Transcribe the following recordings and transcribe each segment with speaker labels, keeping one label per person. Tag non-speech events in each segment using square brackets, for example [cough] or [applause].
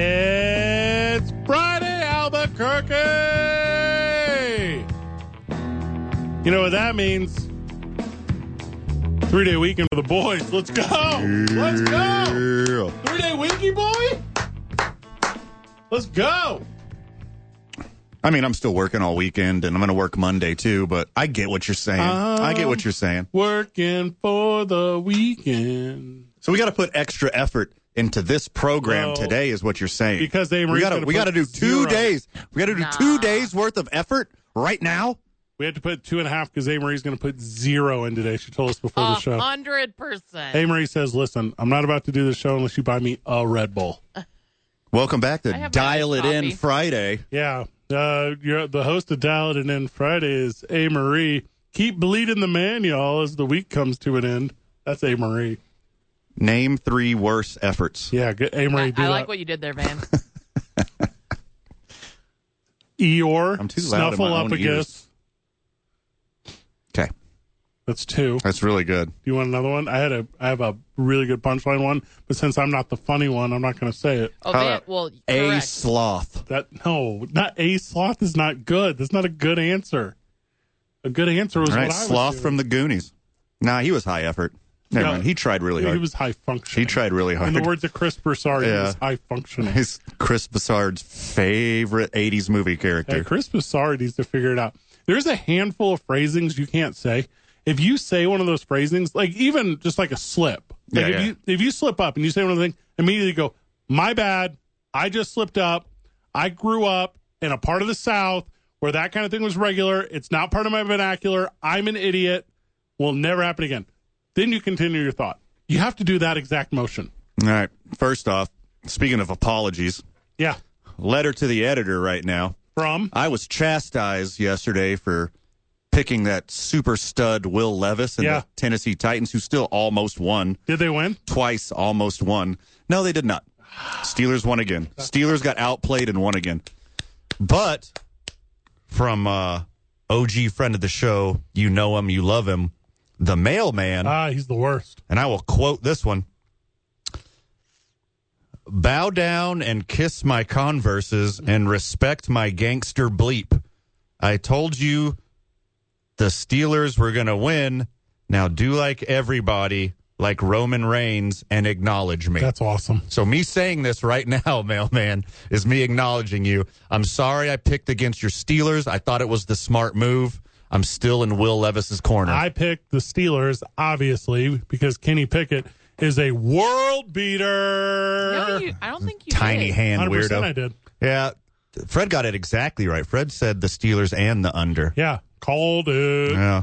Speaker 1: It's Friday, Albuquerque! You know what that means? Three day weekend for the boys. Let's go! Let's go! Three day weeky boy? Let's go!
Speaker 2: I mean, I'm still working all weekend and I'm going to work Monday too, but I get what you're saying. I get
Speaker 1: Um,
Speaker 2: what you're saying.
Speaker 1: Working for the weekend.
Speaker 2: So we got to put extra effort into this program
Speaker 1: No.
Speaker 2: today, is what you're saying.
Speaker 1: Because they were
Speaker 2: we got
Speaker 1: gonna
Speaker 2: to we got to
Speaker 1: put
Speaker 2: do two
Speaker 1: zero.
Speaker 2: days. We got to do two days worth of effort right now.
Speaker 1: We had to put two and a half because Amory's going to put zero in today. She told us before
Speaker 3: Oh,
Speaker 1: the show.
Speaker 3: hundred percent.
Speaker 1: Amory says, listen, I'm not about to do the show unless you buy me a Red Bull.
Speaker 2: Welcome back
Speaker 3: I
Speaker 2: to
Speaker 3: have
Speaker 2: Dial
Speaker 3: my
Speaker 2: It
Speaker 3: coffee.
Speaker 2: In Friday.
Speaker 1: Yeah. Uh, you're, the host of Dial It and End Friday is A. Marie. Keep bleeding the man, y'all, as the week comes to an end. That's A. Marie.
Speaker 2: Name three worse efforts.
Speaker 1: Yeah, good. A. Marie,
Speaker 3: I,
Speaker 1: do
Speaker 3: I
Speaker 1: that.
Speaker 3: like what you did
Speaker 1: [laughs]
Speaker 3: there, Van.
Speaker 1: Eeyore,
Speaker 2: I'm too loud in my own
Speaker 1: Snuffleupagus.
Speaker 2: ears. Okay,
Speaker 1: That's two.
Speaker 2: that's really good.
Speaker 1: Do you want another one? I had a I have a really good punchline one, but since I'm not the funny one, I'm not going to say it.
Speaker 3: Oh,
Speaker 2: How
Speaker 3: Van,
Speaker 2: about
Speaker 3: well,
Speaker 2: A
Speaker 3: correct.
Speaker 2: sloth.
Speaker 1: That no, not a sloth is not good. That's not a good answer. A good answer was
Speaker 2: All right,
Speaker 1: what I was
Speaker 2: sloth
Speaker 1: doing.
Speaker 2: from the Goonies. Nah, he was high effort. Never
Speaker 1: No.
Speaker 2: mind. He tried really
Speaker 1: He
Speaker 2: hard.
Speaker 1: was high functioning.
Speaker 2: He tried really hard.
Speaker 1: In
Speaker 2: [laughs]
Speaker 1: the words of Chris Broussard, he
Speaker 2: Yeah.
Speaker 1: was high functioning.
Speaker 2: He's Chris Bassard's favorite 80s movie
Speaker 1: Yeah,
Speaker 2: character.
Speaker 1: Chris Bassard needs to figure it out. There's a handful of phrasings you can't say. If you say one of those phrasings, like even just like a slip, like
Speaker 2: Yeah,
Speaker 1: if
Speaker 2: yeah.
Speaker 1: you if you slip up and you say one of the things, immediately go, "My bad, I just slipped up. I grew up in a part of the South where that kind of thing was regular. It's not part of my vernacular. I'm an idiot. Will never happen again." Then you continue your thought. You have to do that exact motion.
Speaker 2: All right. First off, speaking of apologies,
Speaker 1: Yeah,
Speaker 2: letter to the editor right now.
Speaker 1: from
Speaker 2: I was chastised yesterday for picking that super stud Will Levis and
Speaker 1: Yeah.
Speaker 2: the Tennessee Titans, who still almost won.
Speaker 1: did they win?
Speaker 2: Twice almost won. No, they did not. Steelers won again. Steelers got outplayed and won again. But from uh, OG friend of the show, you know him, you love him, the mailman.
Speaker 1: Ah, he's the worst.
Speaker 2: and I will quote this one Bow down and kiss my converses and respect my gangster bleep. I told you the Steelers were going to win. Now do like everybody, like Roman Reigns, and acknowledge me.
Speaker 1: That's awesome.
Speaker 2: so, me saying this right [laughs] now, mailman, is me acknowledging you. I'm sorry I picked against your Steelers. I thought it was the smart move. I'm still in Will Levis's corner.
Speaker 1: I picked the Steelers, obviously, because Kenny Pickett is a world
Speaker 3: No,
Speaker 1: beater.
Speaker 3: you- I don't think you
Speaker 2: Tiny
Speaker 3: did.
Speaker 2: hand
Speaker 1: 100%
Speaker 2: weirdo.
Speaker 1: I did.
Speaker 2: Yeah. Fred got it exactly right. Fred said the Steelers and the under.
Speaker 1: Yeah, called it.
Speaker 2: Yeah.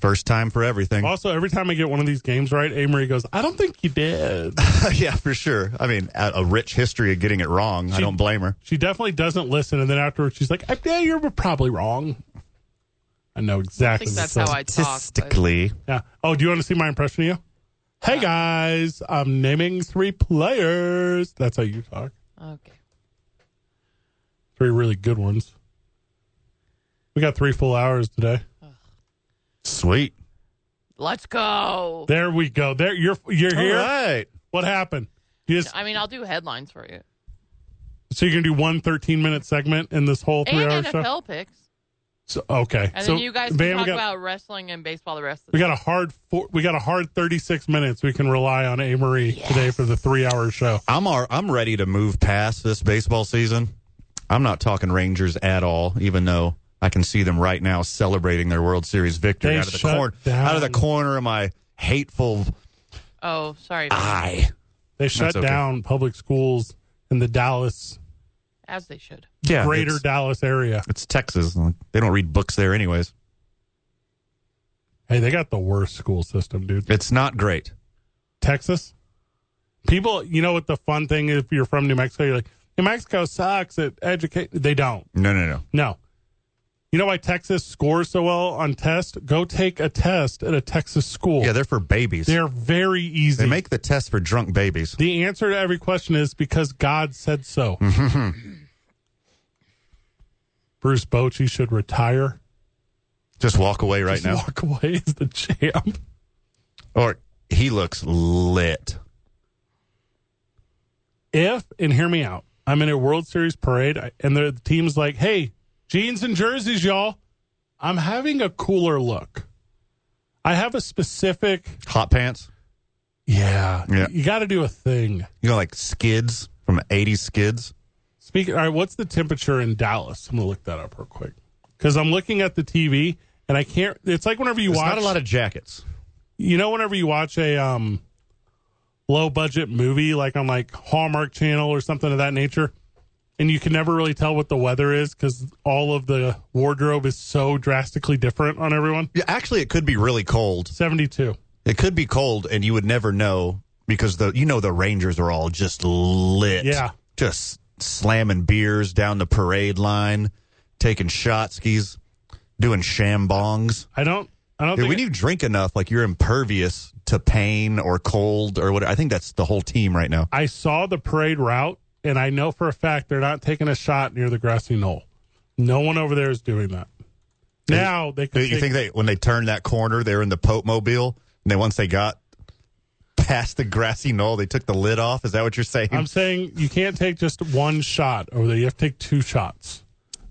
Speaker 2: First time for everything.
Speaker 1: Also, every time I get one of these games right, Amory goes, I don't think you did.
Speaker 2: [laughs] yeah, for sure. I mean, a, a rich history of getting it wrong. I don't blame her.
Speaker 1: she definitely doesn't listen. And then afterwards, she's like, "I- yeah, you're probably wrong. I know
Speaker 3: I
Speaker 1: exactly
Speaker 3: think that's
Speaker 1: what
Speaker 3: how I talk. but-
Speaker 2: Statistically.
Speaker 1: Yeah. Oh, do you want to see my impression of you? Hey, guys, I'm naming three players. That's how you talk.
Speaker 3: Okay.
Speaker 1: Three really good ones. We got three full hours today.
Speaker 2: Sweet.
Speaker 3: Let's go.
Speaker 1: There we go. There you're you're here.
Speaker 2: All right.
Speaker 1: What happened? You just,
Speaker 3: I mean, I'll do headlines for you.
Speaker 1: so you're gonna do one 13 minute segment in this whole three
Speaker 3: And
Speaker 1: hour
Speaker 3: NFL
Speaker 1: show?
Speaker 3: picks.
Speaker 1: So, okay.
Speaker 3: And
Speaker 1: so
Speaker 3: then you guys can
Speaker 1: Van,
Speaker 3: talk
Speaker 1: we got,
Speaker 3: about wrestling and baseball the rest of
Speaker 1: we
Speaker 3: the
Speaker 1: got a hard four, we got a hard 36 minutes. We can rely on A Marie today for the three hour show.
Speaker 2: I'm all, I'm ready to move past this baseball season. I'm not talking Rangers at all, even though I can see them right now celebrating their World Series victory
Speaker 1: They
Speaker 2: out of the
Speaker 1: shut
Speaker 2: corner
Speaker 1: down.
Speaker 2: out of the corner of my hateful
Speaker 3: Oh, sorry.
Speaker 1: Ah.
Speaker 2: eye.
Speaker 1: They shut
Speaker 2: That's okay.
Speaker 1: down public schools in the Dallas
Speaker 3: As they should.
Speaker 2: Yeah,
Speaker 1: greater
Speaker 2: it's-
Speaker 1: Dallas area.
Speaker 2: it's Texas. They don't read books there, anyways.
Speaker 1: Hey, they got the worst school system, dude.
Speaker 2: It's not great.
Speaker 1: Texas? People, you know what the fun thing is? If you're from New Mexico, you're like, New Mexico sucks at educate. They don't.
Speaker 2: No, no, no.
Speaker 1: No. You know why Texas scores so well on tests? Go take a test at a Texas school.
Speaker 2: Yeah, they're for babies.
Speaker 1: They're very easy.
Speaker 2: They make the test for drunk babies.
Speaker 1: the answer to every question is because God said
Speaker 2: [laughs]
Speaker 1: so. Bruce Bochy should retire.
Speaker 2: Just walk away right
Speaker 1: Just
Speaker 2: now.
Speaker 1: walk away as the champ.
Speaker 2: Or he looks lit.
Speaker 1: if and hear me out i'm in a world series parade I- and the team's like hey jeans and jerseys y'all i'm having a cooler look i have a specific
Speaker 2: Hot pants.
Speaker 1: yeah,
Speaker 2: Yeah.
Speaker 1: you got to do a thing
Speaker 2: You know, like skids from 80s skids.
Speaker 1: speaking all right what's the temperature in dallas i'm gonna look that up real quick because i'm looking at the tv and i can't it's like whenever you
Speaker 2: There's
Speaker 1: watch
Speaker 2: not a lot of jackets.
Speaker 1: you know whenever you watch a um low budget movie like on like Hallmark Channel or something of that nature and you can never really tell what the weather is cuz all of the wardrobe is so drastically different on everyone.
Speaker 2: Yeah, actually, it could be really cold.
Speaker 1: 72.
Speaker 2: It could be cold, and you would never know because the you know the Rangers are all just lit.
Speaker 1: Yeah.
Speaker 2: just slamming beers down the parade line, taking shot skis, doing shambongs.
Speaker 1: I don't I don't
Speaker 2: Yeah,
Speaker 1: think
Speaker 2: when you drink enough, like you're impervious to pain or cold or whatever. I think that's the whole team right now.
Speaker 1: I saw the parade route and I know for a fact they're not taking a shot near the grassy knoll. No one over there is doing that. Now they could
Speaker 2: You
Speaker 1: take-
Speaker 2: think they when they turned that corner, they were in the Pope Mobile, and then once they got past the grassy knoll, they took the lid off. Is that what you're saying?
Speaker 1: I'm saying you can't take just one shot over there. You have to take two shots.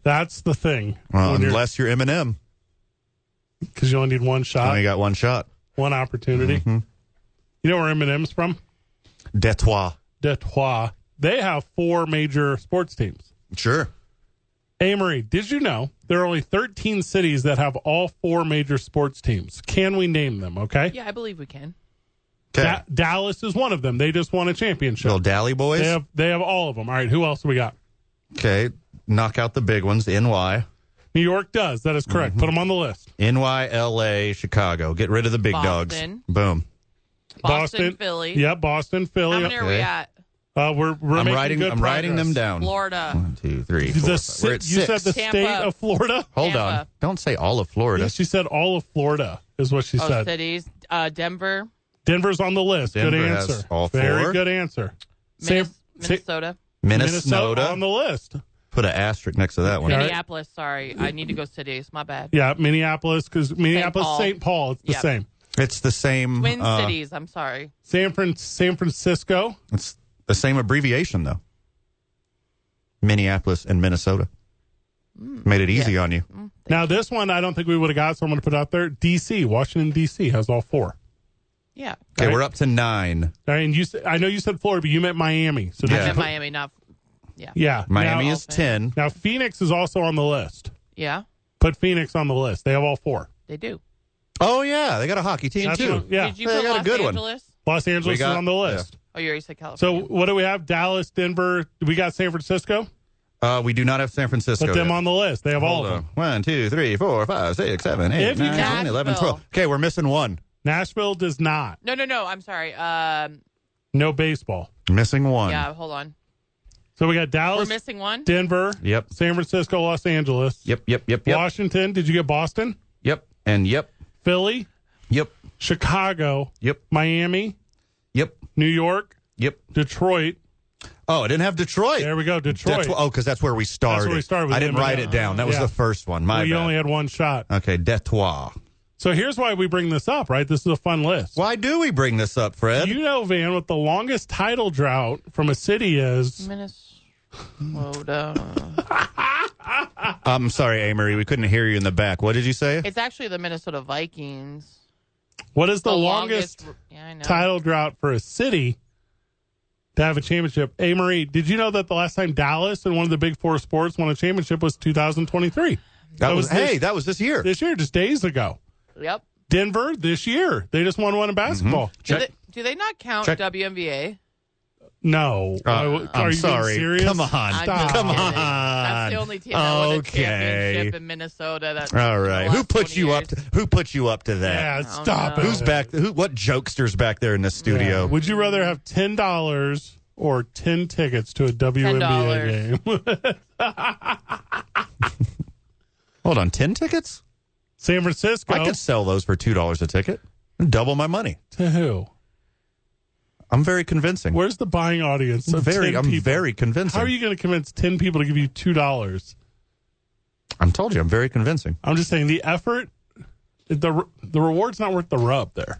Speaker 1: That's the thing.
Speaker 2: well, unless you're Eminem,
Speaker 1: because you only need one
Speaker 2: you
Speaker 1: shot,
Speaker 2: only got Mm-hmm. one shot.
Speaker 1: one opportunity. You know where Eminem's from?
Speaker 2: Detroit.
Speaker 1: Detroit. They have four major sports teams.
Speaker 2: Sure.
Speaker 1: Amory, did you know there are only 13 cities that have all four major sports teams? Can we name them? Okay.
Speaker 3: Yeah, I believe we can.
Speaker 2: Okay.
Speaker 1: Da- Dallas is one of them. They just won a championship.
Speaker 2: Little Dally boys.
Speaker 1: They have they have all of them. All right, who else we got?
Speaker 2: Okay. Knock out the big ones. NY.
Speaker 1: New York does. That is
Speaker 2: Mm-hmm.
Speaker 1: correct. Put them on the list.
Speaker 2: NY, LA, Chicago. Get rid of the big
Speaker 3: Boston.
Speaker 2: dogs. Boom.
Speaker 3: Boston, Philly.
Speaker 1: Yeah, Boston, Philly.
Speaker 3: How many are we
Speaker 2: Okay.
Speaker 3: at?
Speaker 1: Uh, we're we're
Speaker 2: I'm
Speaker 1: making
Speaker 2: writing
Speaker 1: good
Speaker 2: I'm writing them
Speaker 1: progress.
Speaker 2: down.
Speaker 3: Florida.
Speaker 2: One, two, three,
Speaker 1: The
Speaker 2: four, five.
Speaker 1: si-
Speaker 2: We're at
Speaker 1: you
Speaker 2: six.
Speaker 1: said the
Speaker 3: Tampa.
Speaker 1: state of Florida.
Speaker 2: Hold on.
Speaker 3: Tampa.
Speaker 2: Don't say all of Florida.
Speaker 1: She said all of Florida is what she
Speaker 3: Oh,
Speaker 1: said.
Speaker 3: cities. Uh, Denver,
Speaker 1: Denver's on the list. good
Speaker 2: Denver has
Speaker 1: answer.
Speaker 2: all
Speaker 1: Very
Speaker 2: four.
Speaker 1: good answer.
Speaker 3: Minnes-
Speaker 1: Sa-
Speaker 3: Minnesota,
Speaker 2: Minnesota.
Speaker 1: on the list.
Speaker 2: Put an asterisk next to that one.
Speaker 1: Okay.
Speaker 3: Minneapolis. Sorry, I need to go cities. My bad.
Speaker 1: Yeah, Minneapolis because Minneapolis,
Speaker 3: Paul.
Speaker 1: St. Paul. It's the
Speaker 3: Yep.
Speaker 1: same.
Speaker 2: It's the same
Speaker 3: Twin
Speaker 2: uh,
Speaker 3: cities. I'm sorry.
Speaker 1: San Fran, San Francisco.
Speaker 2: It's the same abbreviation though. Minneapolis and Minnesota.
Speaker 3: Mm.
Speaker 2: Made it easy on you.
Speaker 1: Now this one, I don't think we would have got, so I'm going to put it out there. D.C. Washington D.C. has all four.
Speaker 3: Yeah,
Speaker 2: Okay,
Speaker 1: Right.
Speaker 2: we're up to nine.
Speaker 1: All right, and you, sa- I know you said Florida, but you meant Miami. So did
Speaker 2: Yeah.
Speaker 3: I
Speaker 1: you
Speaker 3: meant
Speaker 1: put-
Speaker 3: Miami. Not. Yeah.
Speaker 1: yeah,
Speaker 2: Miami
Speaker 1: now,
Speaker 2: is ten.
Speaker 1: Now Phoenix is also on the list.
Speaker 3: Yeah,
Speaker 1: Put Phoenix on the list. They have all four.
Speaker 3: they do.
Speaker 2: Oh yeah, they got a hockey team
Speaker 1: That's
Speaker 2: too.
Speaker 1: what- yeah,
Speaker 3: Did you
Speaker 2: They
Speaker 3: put
Speaker 2: got a
Speaker 3: Los
Speaker 2: good one.
Speaker 3: Angeles?
Speaker 1: Los Angeles
Speaker 2: got-
Speaker 1: is on the
Speaker 2: yeah.
Speaker 1: list.
Speaker 3: Oh, you already
Speaker 1: So
Speaker 3: said California.
Speaker 1: what do we have? Dallas, Denver. Do we got San Francisco?
Speaker 2: Uh, we do not have San Francisco.
Speaker 1: Put them
Speaker 2: yet.
Speaker 1: on the list. They have all
Speaker 2: Hold
Speaker 1: of
Speaker 2: on.
Speaker 1: them.
Speaker 2: One, two, three, four, five, six, seven, eight,
Speaker 1: If you
Speaker 2: nine,
Speaker 1: can-
Speaker 2: 10, 11, 12.
Speaker 3: Nashville.
Speaker 2: Okay, we're missing one.
Speaker 1: Nashville does not.
Speaker 3: no, no, no. I'm sorry. Um,
Speaker 1: No baseball.
Speaker 2: Missing one.
Speaker 3: yeah, hold on.
Speaker 1: So we got
Speaker 3: We're
Speaker 1: Dallas,
Speaker 3: missing one.
Speaker 1: Denver,
Speaker 2: Yep.
Speaker 1: San Francisco, Los Angeles,
Speaker 2: Yep, yep, yep, yep.
Speaker 1: Washington. Did you get Boston?
Speaker 2: Yep. And yep,
Speaker 1: Philly,
Speaker 2: yep,
Speaker 1: Chicago,
Speaker 2: yep,
Speaker 1: Miami,
Speaker 2: yep,
Speaker 1: New York,
Speaker 2: yep.
Speaker 1: Detroit.
Speaker 2: Oh, I didn't have Detroit.
Speaker 1: There we go. Detroit.
Speaker 2: That's wh- oh, because that's where we started.
Speaker 1: That's where we started with
Speaker 2: I didn't
Speaker 1: Eminem.
Speaker 2: write it down. That was
Speaker 1: Yeah.
Speaker 2: the first one. My
Speaker 1: Well, you
Speaker 2: bad.
Speaker 1: only had one shot.
Speaker 2: okay, Detroit.
Speaker 1: So here's why we bring this up, right? This is a fun list.
Speaker 2: Why do we bring this up, Fred?
Speaker 1: You know, Van, what the longest title drought from a city is?
Speaker 2: [laughs]
Speaker 3: Minnesota.
Speaker 2: I'm sorry, Amory. We couldn't hear you in the back. What did you say?
Speaker 3: it's actually the Minnesota Vikings.
Speaker 1: What is the, longest
Speaker 3: yeah, I know.
Speaker 1: title drought for a city to have a championship. Hey, Marie, did you know that the last time Dallas and one of the big four sports won a championship was 2023?
Speaker 2: that was,
Speaker 1: this,
Speaker 2: hey, that was this year.
Speaker 1: this year, just days ago.
Speaker 3: Yep.
Speaker 1: Denver
Speaker 2: Mm-hmm.
Speaker 1: this year, they just won one in basketball.
Speaker 3: Do they, do they not count
Speaker 2: Check.
Speaker 3: WNBA?
Speaker 1: No.
Speaker 2: Uh,
Speaker 1: Why-
Speaker 2: I'm
Speaker 1: are you being
Speaker 2: sorry.
Speaker 1: serious?
Speaker 2: Come on.
Speaker 3: I'm
Speaker 1: Stop.
Speaker 3: just
Speaker 2: Come
Speaker 3: kidding.
Speaker 2: on.
Speaker 3: That's the only team that won a
Speaker 2: Okay.
Speaker 3: championship in Minnesota. That's
Speaker 2: All
Speaker 3: in the
Speaker 2: right.
Speaker 3: last
Speaker 2: Who put
Speaker 3: 20
Speaker 2: you
Speaker 3: years.
Speaker 2: up? To, who put you up to that?
Speaker 1: Yeah,
Speaker 3: Oh,
Speaker 1: stop
Speaker 3: no.
Speaker 1: it.
Speaker 2: Who's back? Who? What jokesters back there in the studio?
Speaker 1: Yeah. Would you rather have ten dollars or ten tickets to a WNBA game? [laughs]
Speaker 2: Hold on, ten tickets?
Speaker 1: San Francisco
Speaker 2: I could sell those for two dollars a ticket. Double my money.
Speaker 1: to who?
Speaker 2: I'm very convincing.
Speaker 1: Where's the buying audience?
Speaker 2: I'm
Speaker 1: of
Speaker 2: very,
Speaker 1: 10
Speaker 2: I'm
Speaker 1: people?
Speaker 2: very convincing.
Speaker 1: How are you going to convince ten people to give you two dollars?
Speaker 2: I'm told you, I'm very convincing.
Speaker 1: I'm just saying the effort, the the reward's not worth the rub there.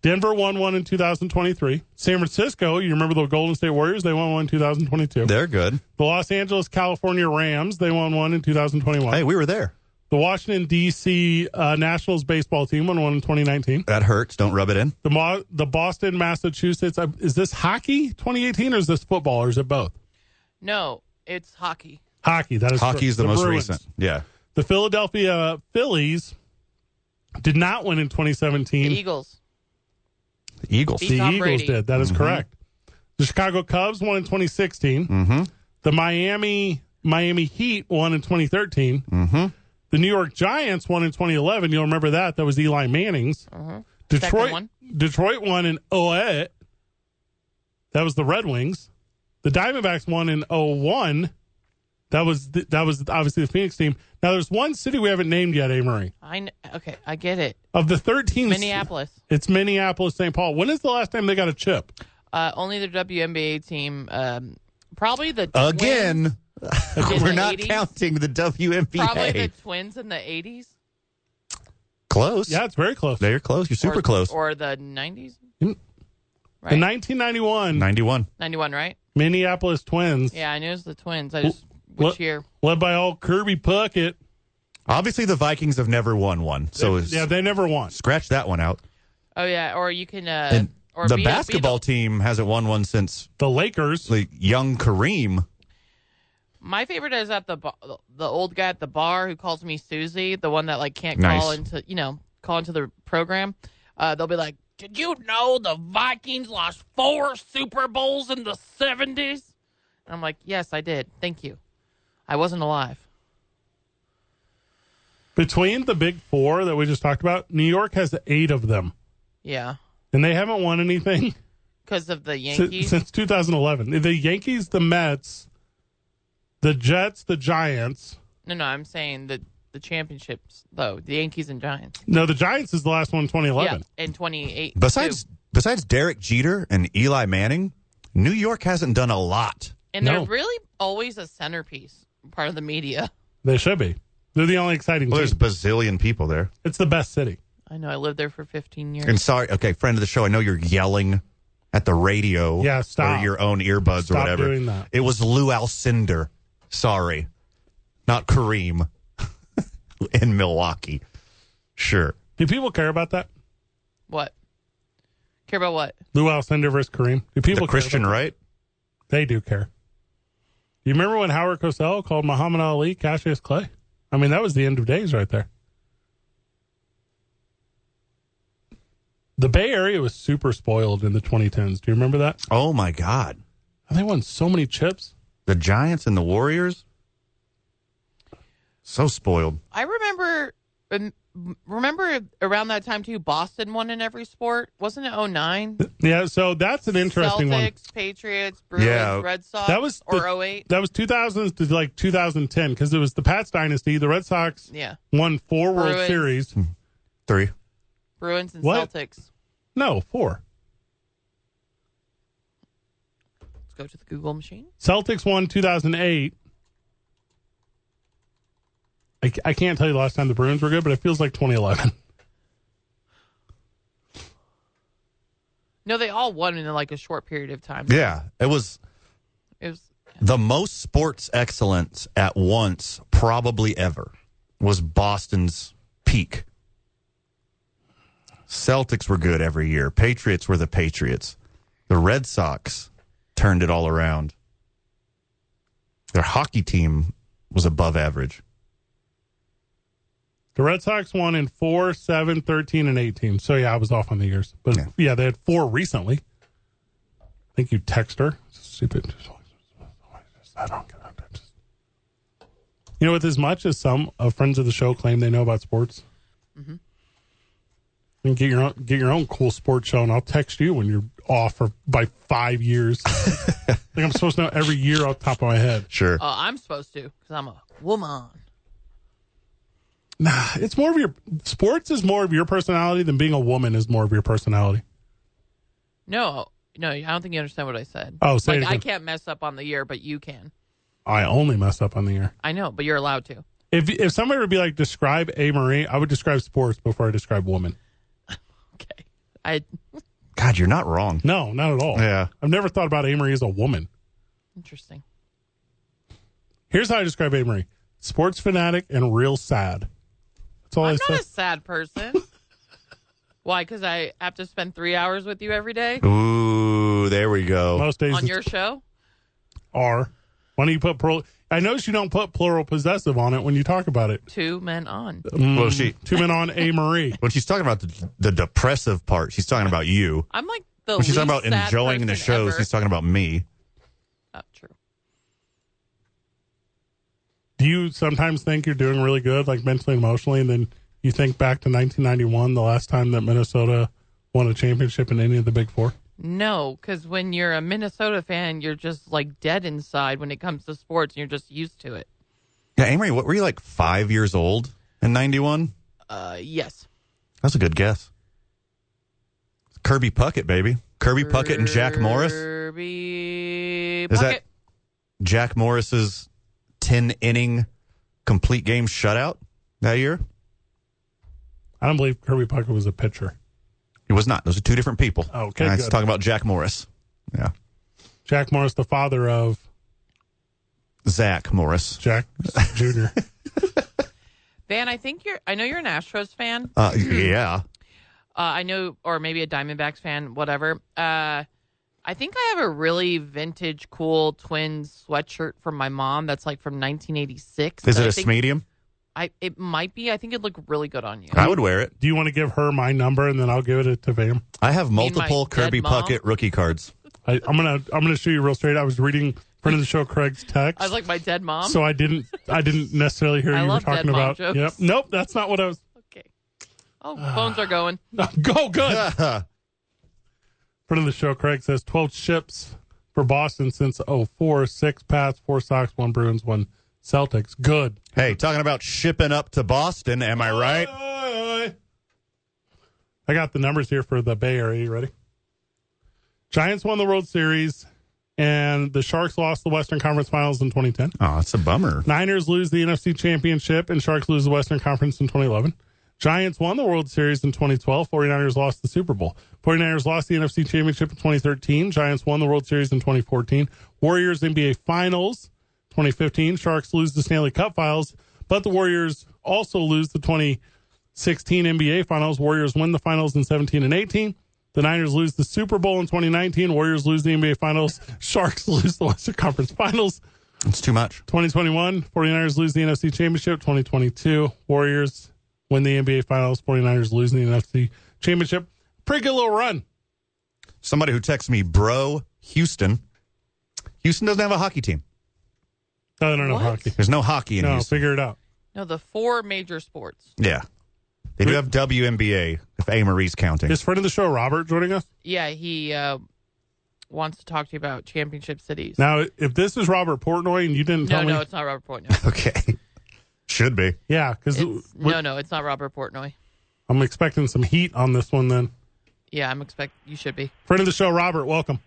Speaker 1: Denver won one in 2023. San Francisco, you remember the Golden State Warriors? They won one in 2022.
Speaker 2: They're good.
Speaker 1: The Los Angeles, California Rams, they won one in 2021.
Speaker 2: Hey, we were there.
Speaker 1: The Washington, D.C. Uh, Nationals baseball team won one in 2019.
Speaker 2: That hurts. Don't rub it in.
Speaker 1: The, Mo- the Boston, Massachusetts, uh, is this hockey 2018 or is this football or is it both?
Speaker 3: No, it's hockey.
Speaker 1: Hockey, that is
Speaker 2: Hockey's the, most
Speaker 1: Bruins.
Speaker 2: recent. Yeah.
Speaker 1: The Philadelphia Phillies did not win in 2017.
Speaker 3: The Eagles.
Speaker 2: The Eagles.
Speaker 3: Beat
Speaker 1: The
Speaker 3: Tom
Speaker 1: Eagles
Speaker 3: Brady.
Speaker 1: did. That is correct. The Chicago Cubs won in 2016.
Speaker 2: Mm-hmm.
Speaker 1: The Miami Miami Heat won in 2013.
Speaker 2: Mhm.
Speaker 1: The New York Giants won in 2011. You'll remember that. That was Eli Manning's. Detroit
Speaker 3: Mm-hmm. Second one.
Speaker 1: Detroit won in 08. That was the Red Wings. The Diamondbacks won in 01. That was the, that was obviously the Phoenix team. Now there's one city we haven't named yet, Amory.
Speaker 3: I kn- okay, I get it.
Speaker 1: Of the 13
Speaker 3: Minneapolis.
Speaker 1: It's Minneapolis St. Paul. When is the last time they got a chip?
Speaker 3: Uh, only the WNBA team. Um, probably the
Speaker 2: Again,
Speaker 3: Twins in
Speaker 2: we're
Speaker 3: the
Speaker 2: not
Speaker 3: 80s.
Speaker 2: counting the
Speaker 3: Probably the
Speaker 2: WNBA.
Speaker 3: Twins in the eighties.
Speaker 2: Close.
Speaker 1: Yeah, it's very close.
Speaker 2: They're close. You're super
Speaker 3: or,
Speaker 2: close.
Speaker 3: Or the nineties.
Speaker 1: Mm.
Speaker 3: Right.
Speaker 1: In 1991,
Speaker 2: 91.
Speaker 3: Ninety-one. Right.
Speaker 1: Minneapolis Twins,
Speaker 3: Yeah, I knew it was the Twins. I just
Speaker 1: Wh-
Speaker 3: which year?
Speaker 1: led by old Kirby Puckett.
Speaker 2: Obviously, the Vikings have never won one. So s-
Speaker 1: Yeah, they never won.
Speaker 2: scratch that one out.
Speaker 3: Oh yeah. Or you can. Uh,
Speaker 2: And
Speaker 3: or
Speaker 2: the
Speaker 3: beat-
Speaker 2: basketball team hasn't won one since
Speaker 1: The Lakers.
Speaker 2: like, young Kareem.
Speaker 3: beat- My favorite is at the ba- the old guy at the bar who calls me Susie, the one that like can't
Speaker 2: Nice.
Speaker 3: call into you know call into the program. Uh, they'll be like, "Did you know the Vikings lost four Super Bowls in the '70s?" And I'm like, "Yes, I did. Thank you. I wasn't alive."
Speaker 1: Between the big four that we just talked about, New York has eight of them,
Speaker 3: Yeah,
Speaker 1: and they haven't won anything [laughs]
Speaker 3: because of the
Speaker 1: since,
Speaker 3: Yankees.
Speaker 1: since 2011. The Yankees, the Mets, the Jets, the Giants.
Speaker 3: No, no, I'm saying the the championships though. The Yankees and Giants.
Speaker 1: No, the Giants is the last one, in 2011.
Speaker 3: Yeah, and 28. too.
Speaker 2: Besides, besides Derek Jeter and Eli Manning, New York hasn't done a lot.
Speaker 3: and
Speaker 1: No.
Speaker 3: they're really always a centerpiece part of the media.
Speaker 1: They should be. They're the only exciting
Speaker 2: Well, there's a
Speaker 1: team.
Speaker 2: bazillion people there.
Speaker 1: It's the best city.
Speaker 3: I know. I lived there for 15 years.
Speaker 2: And sorry, okay, friend of the show, I know you're yelling at the radio
Speaker 1: Yeah, stop.
Speaker 2: or your own earbuds or
Speaker 1: Stop
Speaker 2: whatever.
Speaker 1: doing that.
Speaker 2: It was Lou Alcindor. Sorry. Not Kareem [laughs] in Milwaukee. Sure.
Speaker 1: Do people care about that?
Speaker 3: what? Care about what?
Speaker 1: Lou Alcindor versus Kareem. Do people
Speaker 2: the Christian
Speaker 1: care about
Speaker 2: right?
Speaker 1: that? They do care. You remember when Howard Cosell called Muhammad Ali Cassius Clay? I mean, that was the end of days right there. The Bay Area was super spoiled in the 2010s. Do you remember that?
Speaker 2: Oh my God.
Speaker 1: They won so many chips.
Speaker 2: The Giants and the Warriors? So spoiled.
Speaker 3: I remember um, remember around that time too. Boston won in every sport. Wasn't it 09?
Speaker 1: Yeah, so that's an interesting
Speaker 3: Celtics,
Speaker 1: one.
Speaker 3: Patriots, Brewers,
Speaker 2: Yeah.
Speaker 3: Red Sox.
Speaker 1: That was
Speaker 3: or
Speaker 1: the-
Speaker 3: 08.
Speaker 1: That was 2000s to like 2010 because it was the Pats dynasty. The Red Sox
Speaker 3: Yeah,
Speaker 1: won four World
Speaker 3: Bruins.
Speaker 1: Series.
Speaker 2: Three.
Speaker 3: Bruins and
Speaker 1: What?
Speaker 3: Celtics.
Speaker 1: No, four.
Speaker 3: Let's go to the Google machine.
Speaker 1: Celtics won 2008. I, I can't tell you the last time the Bruins were good, but it feels like 2011.
Speaker 3: No, they all won in like a short period of time.
Speaker 2: Yeah. It was
Speaker 3: It was
Speaker 2: the most sports excellence at once, probably ever, was Boston's peak. Celtics were good every year. Patriots were the Patriots. The Red Sox turned it all around. Their hockey team was above average.
Speaker 1: The Red Sox won in 4, 7, 13, and 18. So, yeah, I was off on the years. But, yeah,
Speaker 2: Yeah.
Speaker 1: they had four recently. think you text her. Stupid. I don't get it. Just- You know, with as much as some of friends of the show claim they know about sports, and get your own, get your own cool sports show, and I'll text you when you're off for by five years. I think I'm supposed to know every year off the top of my head.
Speaker 2: Sure.
Speaker 3: Uh, I'm supposed to because I'm a woman.
Speaker 1: Nah, it's more of your sports is more of your personality than being a woman is more of your personality.
Speaker 3: No, no, I don't think you understand what I said.
Speaker 1: Oh, say it
Speaker 3: like I
Speaker 1: again.
Speaker 3: can't mess up on the year, but you can.
Speaker 1: I only mess up on the year.
Speaker 3: I know, but you're allowed to.
Speaker 1: If if somebody would be like describe a Marie, I would describe sports before I describe woman.
Speaker 3: Okay, I
Speaker 2: God, you're not wrong.
Speaker 1: No, not at all.
Speaker 2: Yeah.
Speaker 1: I've never thought about a Marie as a woman.
Speaker 3: interesting.
Speaker 1: Here's how I describe a Marie: sports fanatic and real sad. That's all i
Speaker 3: I'm
Speaker 1: say.
Speaker 3: not a sad person. Why? Because I have to spend three hours with you every day
Speaker 2: Ooh, there we go.
Speaker 1: Most days
Speaker 3: on
Speaker 1: it's
Speaker 3: your show.
Speaker 1: are. Why don't you put plural? I notice you don't put plural possessive on it when you talk about it.
Speaker 3: Two men on.
Speaker 2: Well, she
Speaker 1: Two men on a
Speaker 3: [laughs]
Speaker 1: Marie.
Speaker 2: when she's talking about the, the depressive part, she's talking about you.
Speaker 3: I'm like the.
Speaker 2: When she's talking
Speaker 3: least
Speaker 2: about
Speaker 3: sad
Speaker 2: enjoying the
Speaker 3: person
Speaker 2: shows,
Speaker 3: ever.
Speaker 2: she's talking about me.
Speaker 3: Oh, true.
Speaker 1: Do you sometimes think you're doing really good, like mentally and emotionally, and then you think back to 1991, the last time that Minnesota won a championship in any of the Big Four?
Speaker 3: No, because when you're a Minnesota fan, you're just like dead inside when it comes to sports, and you're just used to it.
Speaker 2: Yeah, Amory, what were you like five years old in '91?
Speaker 3: Uh, yes.
Speaker 2: That's a good guess. Kirby Puckett, baby. Kirby Puckett and Jack Morris.
Speaker 3: Kirby
Speaker 2: Is
Speaker 3: Puckett.
Speaker 2: that Jack Morris's 10 inning complete game shutout that year?
Speaker 1: I don't believe Kirby Puckett was a pitcher.
Speaker 2: It was not. Those are two different people.
Speaker 1: Okay,
Speaker 2: And I was
Speaker 1: good.
Speaker 2: talking about Jack Morris. Yeah.
Speaker 1: Jack Morris, the father of
Speaker 2: Zach Morris.
Speaker 1: Jack Jr.
Speaker 3: Van, I think you're. I know you're an Astros fan.
Speaker 2: Uh, yeah.
Speaker 3: Uh, I know, or maybe a Diamondbacks fan, whatever. Uh, I think I have a really vintage, cool Twins sweatshirt from my mom. That's like from 1986.
Speaker 2: Is
Speaker 3: that
Speaker 2: it
Speaker 3: I
Speaker 2: a
Speaker 3: think-
Speaker 2: medium?
Speaker 3: I it might be. I think it'd look really good on you.
Speaker 2: I would wear it.
Speaker 1: Do you want to give her my number and then I'll give it to Vam?
Speaker 2: I have
Speaker 3: mean my
Speaker 2: multiple
Speaker 3: dead
Speaker 2: Kirby
Speaker 3: mom?
Speaker 2: Puckett rookie cards. [laughs]
Speaker 1: I, I'm gonna I'm gonna shoot you real straight. I was reading friend of the show Craig's text.
Speaker 3: I was like my dead mom.
Speaker 1: so I didn't I didn't necessarily hear
Speaker 3: I
Speaker 1: you were
Speaker 3: love dead
Speaker 1: talking
Speaker 3: mom
Speaker 1: about.
Speaker 3: jokes.
Speaker 1: Yep. Nope. That's not what I was. [laughs]
Speaker 3: okay. Oh, phones are going.
Speaker 1: Go good.
Speaker 2: That's
Speaker 1: Friend of the show, Craig says 12 ships for Boston since 04, six Pats, four Sox, one Bruins, one Celtics. Good.
Speaker 2: Hey, talking about shipping up to Boston, am
Speaker 1: [laughs]
Speaker 2: I right?
Speaker 1: I got the numbers here for the Bay Area. You ready? Giants won the World Series, and the Sharks lost the Western Conference Finals in 2010.
Speaker 2: Oh, it's a bummer.
Speaker 1: Niners lose the NFC Championship, and Sharks lose the Western Conference in 2011. Giants won the World Series in 2012. 49ers lost the Super Bowl. 49ers lost the NFC Championship in 2013. Giants won the World Series in 2014. Warriors NBA Finals 2015. Sharks lose the Stanley Cup Finals, but the Warriors also lose the 2016 NBA Finals. Warriors win the finals in 17 and 18. The Niners lose the Super Bowl in 2019. Warriors lose the NBA Finals. Sharks [laughs] lose the Western Conference Finals.
Speaker 2: It's too much.
Speaker 1: 2021, 49ers lose the NFC Championship. 2022, Warriors win the NBA Finals. 49ers lose the NFC Championship. Pretty good little run.
Speaker 2: Somebody who texts me, bro, Houston. Houston doesn't have a hockey team.
Speaker 1: No, no, no,
Speaker 3: What?
Speaker 1: hockey.
Speaker 2: There's no hockey in
Speaker 1: No,
Speaker 2: Houston.
Speaker 1: figure it out.
Speaker 3: No, the four major sports.
Speaker 2: Yeah. They do have WNBA, if A. Marie's counting.
Speaker 1: Is friend of the show Robert joining us?
Speaker 3: Yeah, he uh, wants to talk to you about championship cities.
Speaker 1: Now, if this is Robert Portnoy and you didn't
Speaker 3: no,
Speaker 1: tell
Speaker 3: no,
Speaker 1: me,
Speaker 3: it's not Robert
Speaker 1: [laughs]
Speaker 3: Portnoy.
Speaker 2: Okay. [laughs] Should be.
Speaker 1: yeah, because
Speaker 3: It's, no, no, it's not Robert Portnoy.
Speaker 1: I'm expecting some heat on this one. Then
Speaker 3: Yeah, I'm expect you should be.
Speaker 1: friend of the show Robert, welcome.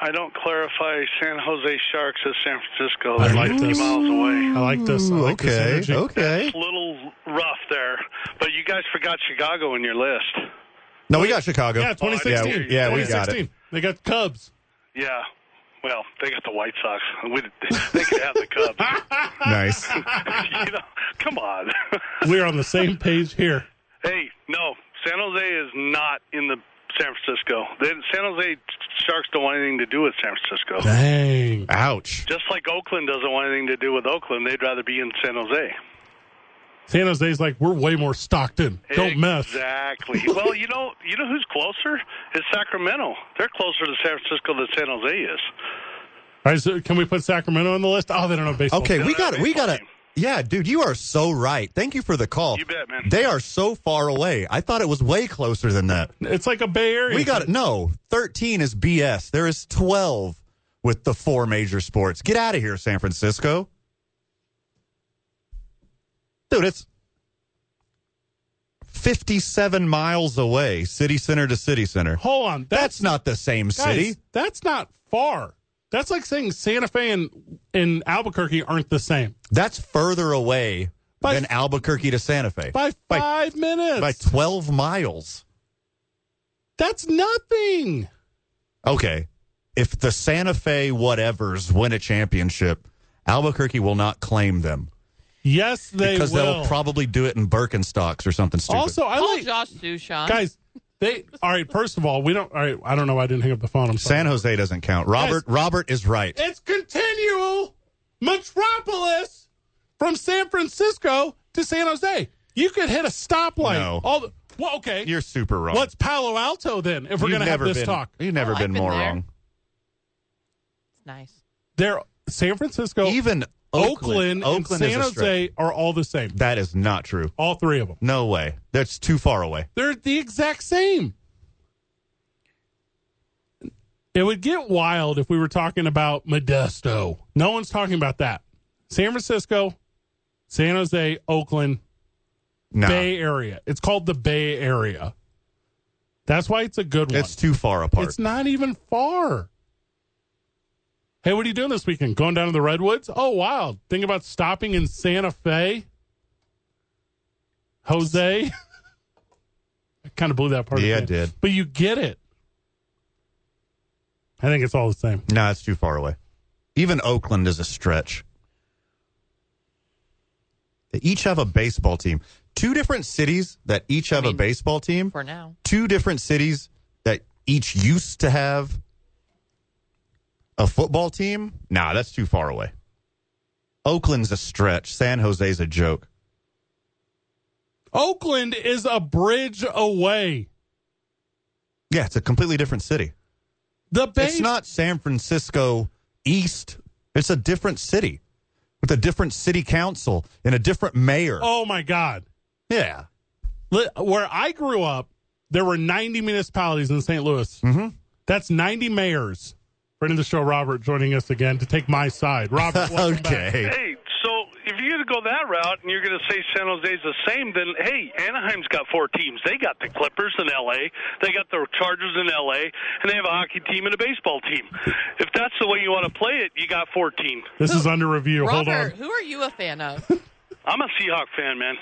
Speaker 4: I don't clarify San Jose Sharks as San Francisco.
Speaker 1: I
Speaker 4: They're
Speaker 1: like
Speaker 4: fifty
Speaker 1: this.
Speaker 4: miles away.
Speaker 1: I like this. I like this
Speaker 2: okay. Oh.
Speaker 1: energy.
Speaker 2: okay.
Speaker 4: It's a little rough there, but you guys forgot Chicago in your list.
Speaker 2: No, we got Chicago.
Speaker 1: Yeah, 2016.
Speaker 2: Yeah, yeah, we got
Speaker 1: 2016.
Speaker 2: it.
Speaker 1: They got Cubs.
Speaker 4: Yeah. Well, they got the White Sox. We, they could have the
Speaker 1: [laughs]
Speaker 4: Cubs.
Speaker 2: Nice.
Speaker 4: you know, come on. [laughs]
Speaker 1: We're on the same page here.
Speaker 4: hey, no, San Jose is not in the San Francisco. They, San Jose Sharks don't want anything to do with San Francisco.
Speaker 1: Dang.
Speaker 2: Ouch.
Speaker 4: Just like Oakland doesn't want anything to do with Oakland, they'd rather be in San Jose.
Speaker 1: San Jose's like, we're way more Stockton. Don't mess.
Speaker 4: Exactly. well, you know, you know who's closer? It's Sacramento. They're closer to San Francisco than San Jose is.
Speaker 1: All right, so can we put Sacramento on the list? Oh, they don't know baseball.
Speaker 2: Okay, we
Speaker 4: that'd
Speaker 2: got it.
Speaker 4: be
Speaker 2: We got it.
Speaker 4: fine.
Speaker 2: Yeah, dude, you are so right. Thank you for the call.
Speaker 4: You bet, man.
Speaker 2: They are so far away. I thought it was way closer than that.
Speaker 1: It's like a Bay Area.
Speaker 2: We got it. No, 13 is BS. There is 12 with the four major sports. Get out of here, San Francisco. Dude, it's 57 miles away, city center to city center.
Speaker 1: Hold on. That's,
Speaker 2: That's not the same
Speaker 1: guys,
Speaker 2: [laughs] city.
Speaker 1: That's not far. That's like saying Santa Fe and, and Albuquerque aren't the same.
Speaker 2: That's further away
Speaker 1: By-
Speaker 2: than Albuquerque to Santa Fe.
Speaker 1: By
Speaker 2: By-
Speaker 1: five minutes.
Speaker 2: by 12 miles.
Speaker 1: that's nothing.
Speaker 2: Okay. If the Santa Fe whatevers win a championship, Albuquerque will not claim them
Speaker 1: Yes, they
Speaker 2: because
Speaker 1: will.
Speaker 2: they'll probably do it in Birkenstocks or something stupid.
Speaker 1: also, I
Speaker 3: Call
Speaker 1: like
Speaker 3: Josh Sushan.
Speaker 1: guys. They all right. First of all, we don't. All right, I don't know. why I didn't hang up the phone. I'm sorry.
Speaker 2: San Jose doesn't count. Robert Robert is right.
Speaker 1: It's continual metropolis from San Francisco to San Jose. You could hit a stoplight.
Speaker 2: No.
Speaker 1: All the, well, okay.
Speaker 2: You're super wrong.
Speaker 1: Let's Palo Alto then. If we're
Speaker 2: You've
Speaker 1: going to have
Speaker 2: never
Speaker 1: this
Speaker 2: been-
Speaker 1: talk,
Speaker 2: You've never
Speaker 3: Well, Oh, I've
Speaker 2: been
Speaker 3: been
Speaker 2: more
Speaker 3: there.
Speaker 2: wrong.
Speaker 3: It's nice.
Speaker 1: there, San Francisco,
Speaker 2: Even
Speaker 1: Oakland,
Speaker 2: Oakland,
Speaker 1: and
Speaker 2: Oakland is
Speaker 1: San
Speaker 2: a stretch.
Speaker 1: Jose are all the same.
Speaker 2: That is not true.
Speaker 1: All three of them.
Speaker 2: No way. That's too far away.
Speaker 1: They're the exact same. It would get wild if we were talking about Modesto. No one's talking about that. San Francisco, San Jose, Oakland,
Speaker 2: No.
Speaker 1: Bay Area. It's called the Bay Area. That's why it's a good one.
Speaker 2: It's too far apart.
Speaker 1: It's not even far. Hey, what are you doing this weekend? Going down to the Redwoods? Oh, wow. Think about stopping in Santa Fe? Jose? [laughs] I kind of blew that part.
Speaker 2: Yeah,
Speaker 1: of
Speaker 2: it did.
Speaker 1: But you get it. I think it's all the same.
Speaker 2: no, it's too far away. Even Oakland is a stretch. They each have a baseball team. Two different cities that each have a
Speaker 3: mean-
Speaker 2: baseball team.
Speaker 3: For now.
Speaker 2: two different cities that each used to have a football team? Nah, that's too far away. Oakland's a stretch. San Jose's a joke.
Speaker 1: Oakland is a bridge away.
Speaker 2: Yeah, it's a completely different city.
Speaker 1: The Bay
Speaker 2: It's not San Francisco East. It's a different city with a different city council and a different mayor.
Speaker 1: Oh my god.
Speaker 2: Yeah.
Speaker 1: Li- where I grew up, there were 90 municipalities in St. Louis. Mm-hmm. That's 90 mayors. Friend of the show, Robert, joining us again to take my side.
Speaker 2: [laughs]
Speaker 1: Robert, welcome back.
Speaker 2: okay.
Speaker 4: Hey, so if you're going to go that route and you're going to say San Jose's the same, then hey, Anaheim's got four teams. They got the Clippers in LA, they got the Chargers in LA, and they have a hockey team and a baseball team. If that's the way you want to play it, you got 14.
Speaker 1: This is under review. Hold
Speaker 3: Robert,
Speaker 1: on.
Speaker 3: who are you a fan of?
Speaker 4: I'm a Seahawk fan, man.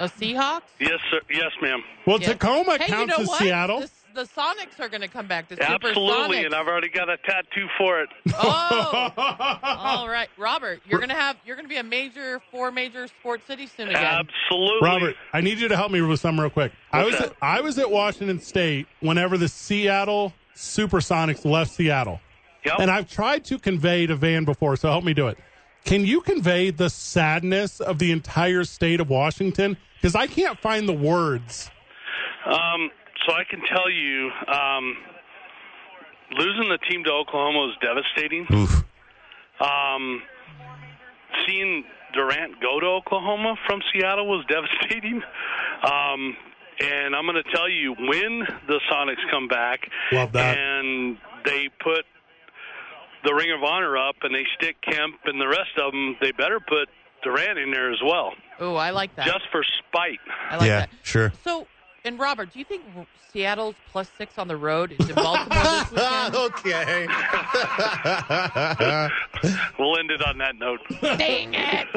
Speaker 3: A Seahawks?
Speaker 4: Yes, sir. Yes, ma'am.
Speaker 1: Well,
Speaker 3: Yeah.
Speaker 1: Tacoma
Speaker 3: hey,
Speaker 1: counts
Speaker 3: you know
Speaker 1: as
Speaker 3: what?
Speaker 1: Seattle.
Speaker 3: The, the Sonics are going to come back. The
Speaker 4: Absolutely,
Speaker 3: Supersonics.
Speaker 4: and I've already got a tattoo for it.
Speaker 1: [laughs]
Speaker 3: Oh, all right, Robert, you're gonna have you're gonna be a major four major sports city soon again.
Speaker 4: Absolutely.
Speaker 1: Robert, I need you to help me with something real quick. I was
Speaker 4: What's
Speaker 1: at, I was at Washington State whenever the Seattle Supersonics left Seattle.
Speaker 4: Yep.
Speaker 1: And I've tried to convey to Van before, so help me do it. Can you convey the sadness of the entire state of Washington? Because I can't find the words.
Speaker 4: Um, so I can tell you, um, losing the team to Oklahoma was devastating.
Speaker 2: Oof.
Speaker 4: Um, seeing Durant go to Oklahoma from Seattle was [laughs] devastating. Um, and I'm going to tell you when the Sonics come back
Speaker 1: Love that.
Speaker 4: and they put the Ring of Honor up and they stick Kemp and the rest of them, they better put Durant in there as well,
Speaker 3: Oh, I like that.
Speaker 4: just for spite.
Speaker 3: I like
Speaker 2: yeah,
Speaker 3: that.
Speaker 2: sure.
Speaker 3: So, and Robert, do you think Seattle's plus six on the road is in
Speaker 1: [laughs]
Speaker 3: Baltimore this weekend?
Speaker 2: [laughs] okay.
Speaker 4: We'll end it on that note.
Speaker 3: Dang it!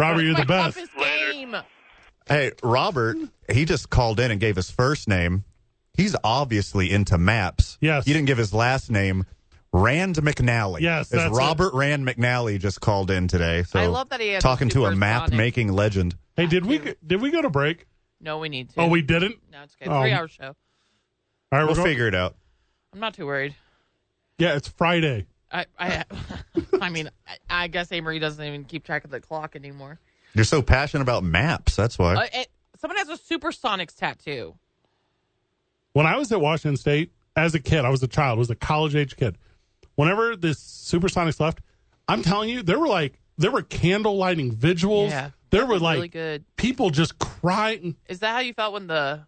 Speaker 1: Robert, you're the
Speaker 3: [laughs] My
Speaker 1: best.
Speaker 3: toughest
Speaker 4: Later.
Speaker 3: game.
Speaker 2: Hey, Robert, he just called in and gave his first name. He's obviously into maps.
Speaker 1: Yes.
Speaker 2: He didn't give his last name. Rand McNally.
Speaker 1: Yes,
Speaker 2: As
Speaker 1: that's it.
Speaker 2: Robert Rand McNally just called in today. So
Speaker 3: I love that he has
Speaker 2: talking
Speaker 3: a
Speaker 2: to a
Speaker 3: supersonic-
Speaker 2: map making legend.
Speaker 1: Hey, did we did we go to break?
Speaker 3: No, we need to.
Speaker 1: Oh, we didn't.
Speaker 3: No, it's okay.
Speaker 1: Oh.
Speaker 3: Three hour show.
Speaker 1: All right, we're
Speaker 2: We'll
Speaker 1: going-
Speaker 2: figure it out.
Speaker 3: I'm not too worried.
Speaker 1: Yeah, it's Friday.
Speaker 3: I, I, I mean, I, I guess Amory doesn't even keep track of the clock anymore.
Speaker 2: You're so passionate about maps. That's why.
Speaker 3: Uh, it, someone has a Supersonics tattoo.
Speaker 1: when I was at Washington State as a kid, I was a child, was a college age kid. Whenever this Supersonics left, I'm telling you, there were like there were candle lighting vigils.
Speaker 3: Yeah.
Speaker 1: there were like
Speaker 3: really good.
Speaker 1: people just crying.
Speaker 3: Is that how you felt when the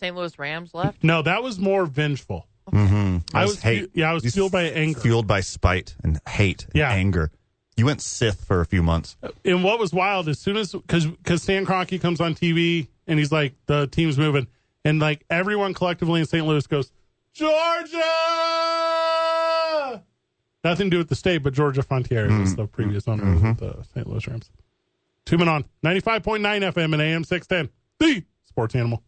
Speaker 3: St. Louis Rams left?
Speaker 1: No, that was more vengeful. I was
Speaker 2: hate.
Speaker 1: fu- yeah, I was
Speaker 2: He's
Speaker 1: fueled by anger.
Speaker 2: Fueled by spite and hate and
Speaker 1: Yeah.
Speaker 2: anger. You went Sith for a few months.
Speaker 1: And what was wild, as soon as because because Stan Kroenke comes on TV and he's like, the team's moving, and like everyone collectively in St. Louis goes, Georgia. Nothing to do with the state, but Georgia Frontier was the previous owner of the St. Louis Rams. Two men on ninety five point nine FM and AM six ten. The sports animal.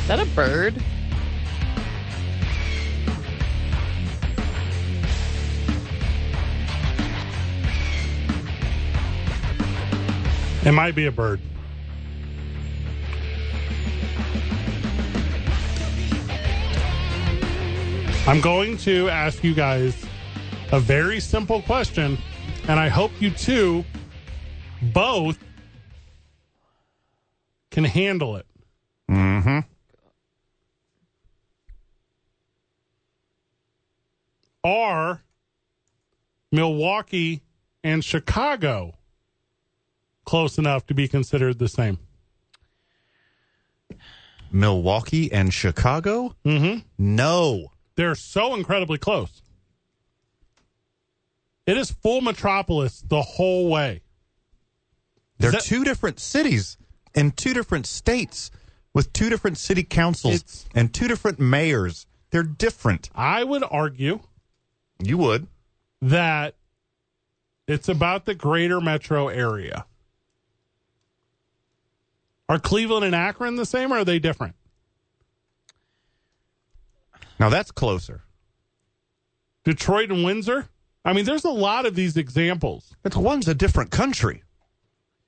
Speaker 3: Is that a bird?
Speaker 1: It might be a bird. I'm going to ask you guys a very simple question, and I hope you two both can handle it.
Speaker 2: Mm-hmm.
Speaker 1: Are Milwaukee and Chicago close enough to be considered the same?
Speaker 2: Milwaukee and Chicago.
Speaker 1: Mm-hmm.
Speaker 2: No.
Speaker 1: They're so incredibly close. It is full metropolis the whole way.
Speaker 2: They're
Speaker 1: that-
Speaker 2: two different cities in two different states with two different city councils
Speaker 1: It's-
Speaker 2: and two different mayors. They're different.
Speaker 1: I would argue
Speaker 2: You would.
Speaker 1: that it's about the greater metro area. Are Cleveland and Akron the same or are they different?
Speaker 2: Now that's closer.
Speaker 1: Detroit and Windsor? I mean, there's a lot of these examples.
Speaker 2: It's one's a different country.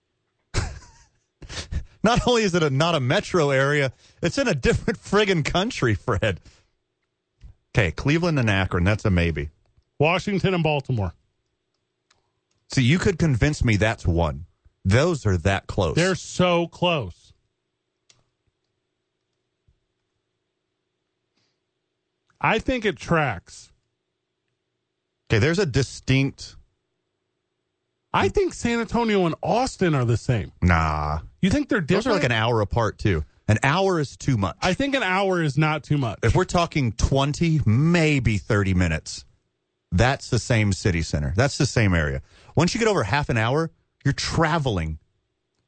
Speaker 2: [laughs] not only is it a, not a metro area, it's in a different friggin' country, Fred. Okay, Cleveland and Akron, that's a maybe.
Speaker 1: Washington and Baltimore.
Speaker 2: So you could convince me that's one. Those are that close.
Speaker 1: They're so close. I think it tracks.
Speaker 2: okay, there's a distinct
Speaker 1: I think San Antonio and Austin are the same.
Speaker 2: nah.
Speaker 1: You think they're different?
Speaker 2: Those are like an hour apart too. An hour is too much.
Speaker 1: I think an hour is not too much.
Speaker 2: if we're talking 20, maybe 30 minutes, that's the same city center. That's the same area. Once you get over half an hour, you're traveling.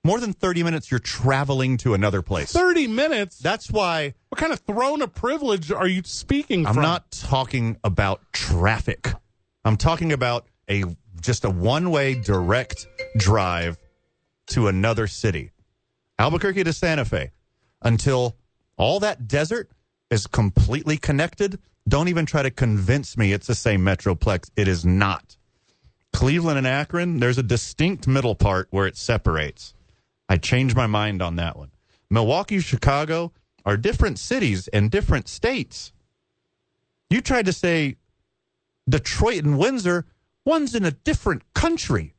Speaker 2: More than 30 minutes, you're traveling to another place.
Speaker 1: 30 minutes?
Speaker 2: That's why
Speaker 1: what kind of throne of privilege are you speaking
Speaker 2: I'm
Speaker 1: from?
Speaker 2: not talking about traffic. I'm talking about a just a one-way direct drive to another city. Albuquerque to Santa Fe until all that desert is completely connected. Don't even try to convince me it's the same metroplex. It is not. Cleveland and Akron, there's a distinct middle part where it separates. I changed my mind on that one. Milwaukee, Chicago are different cities and different states. You tried to say Detroit and Windsor, one's in a different country.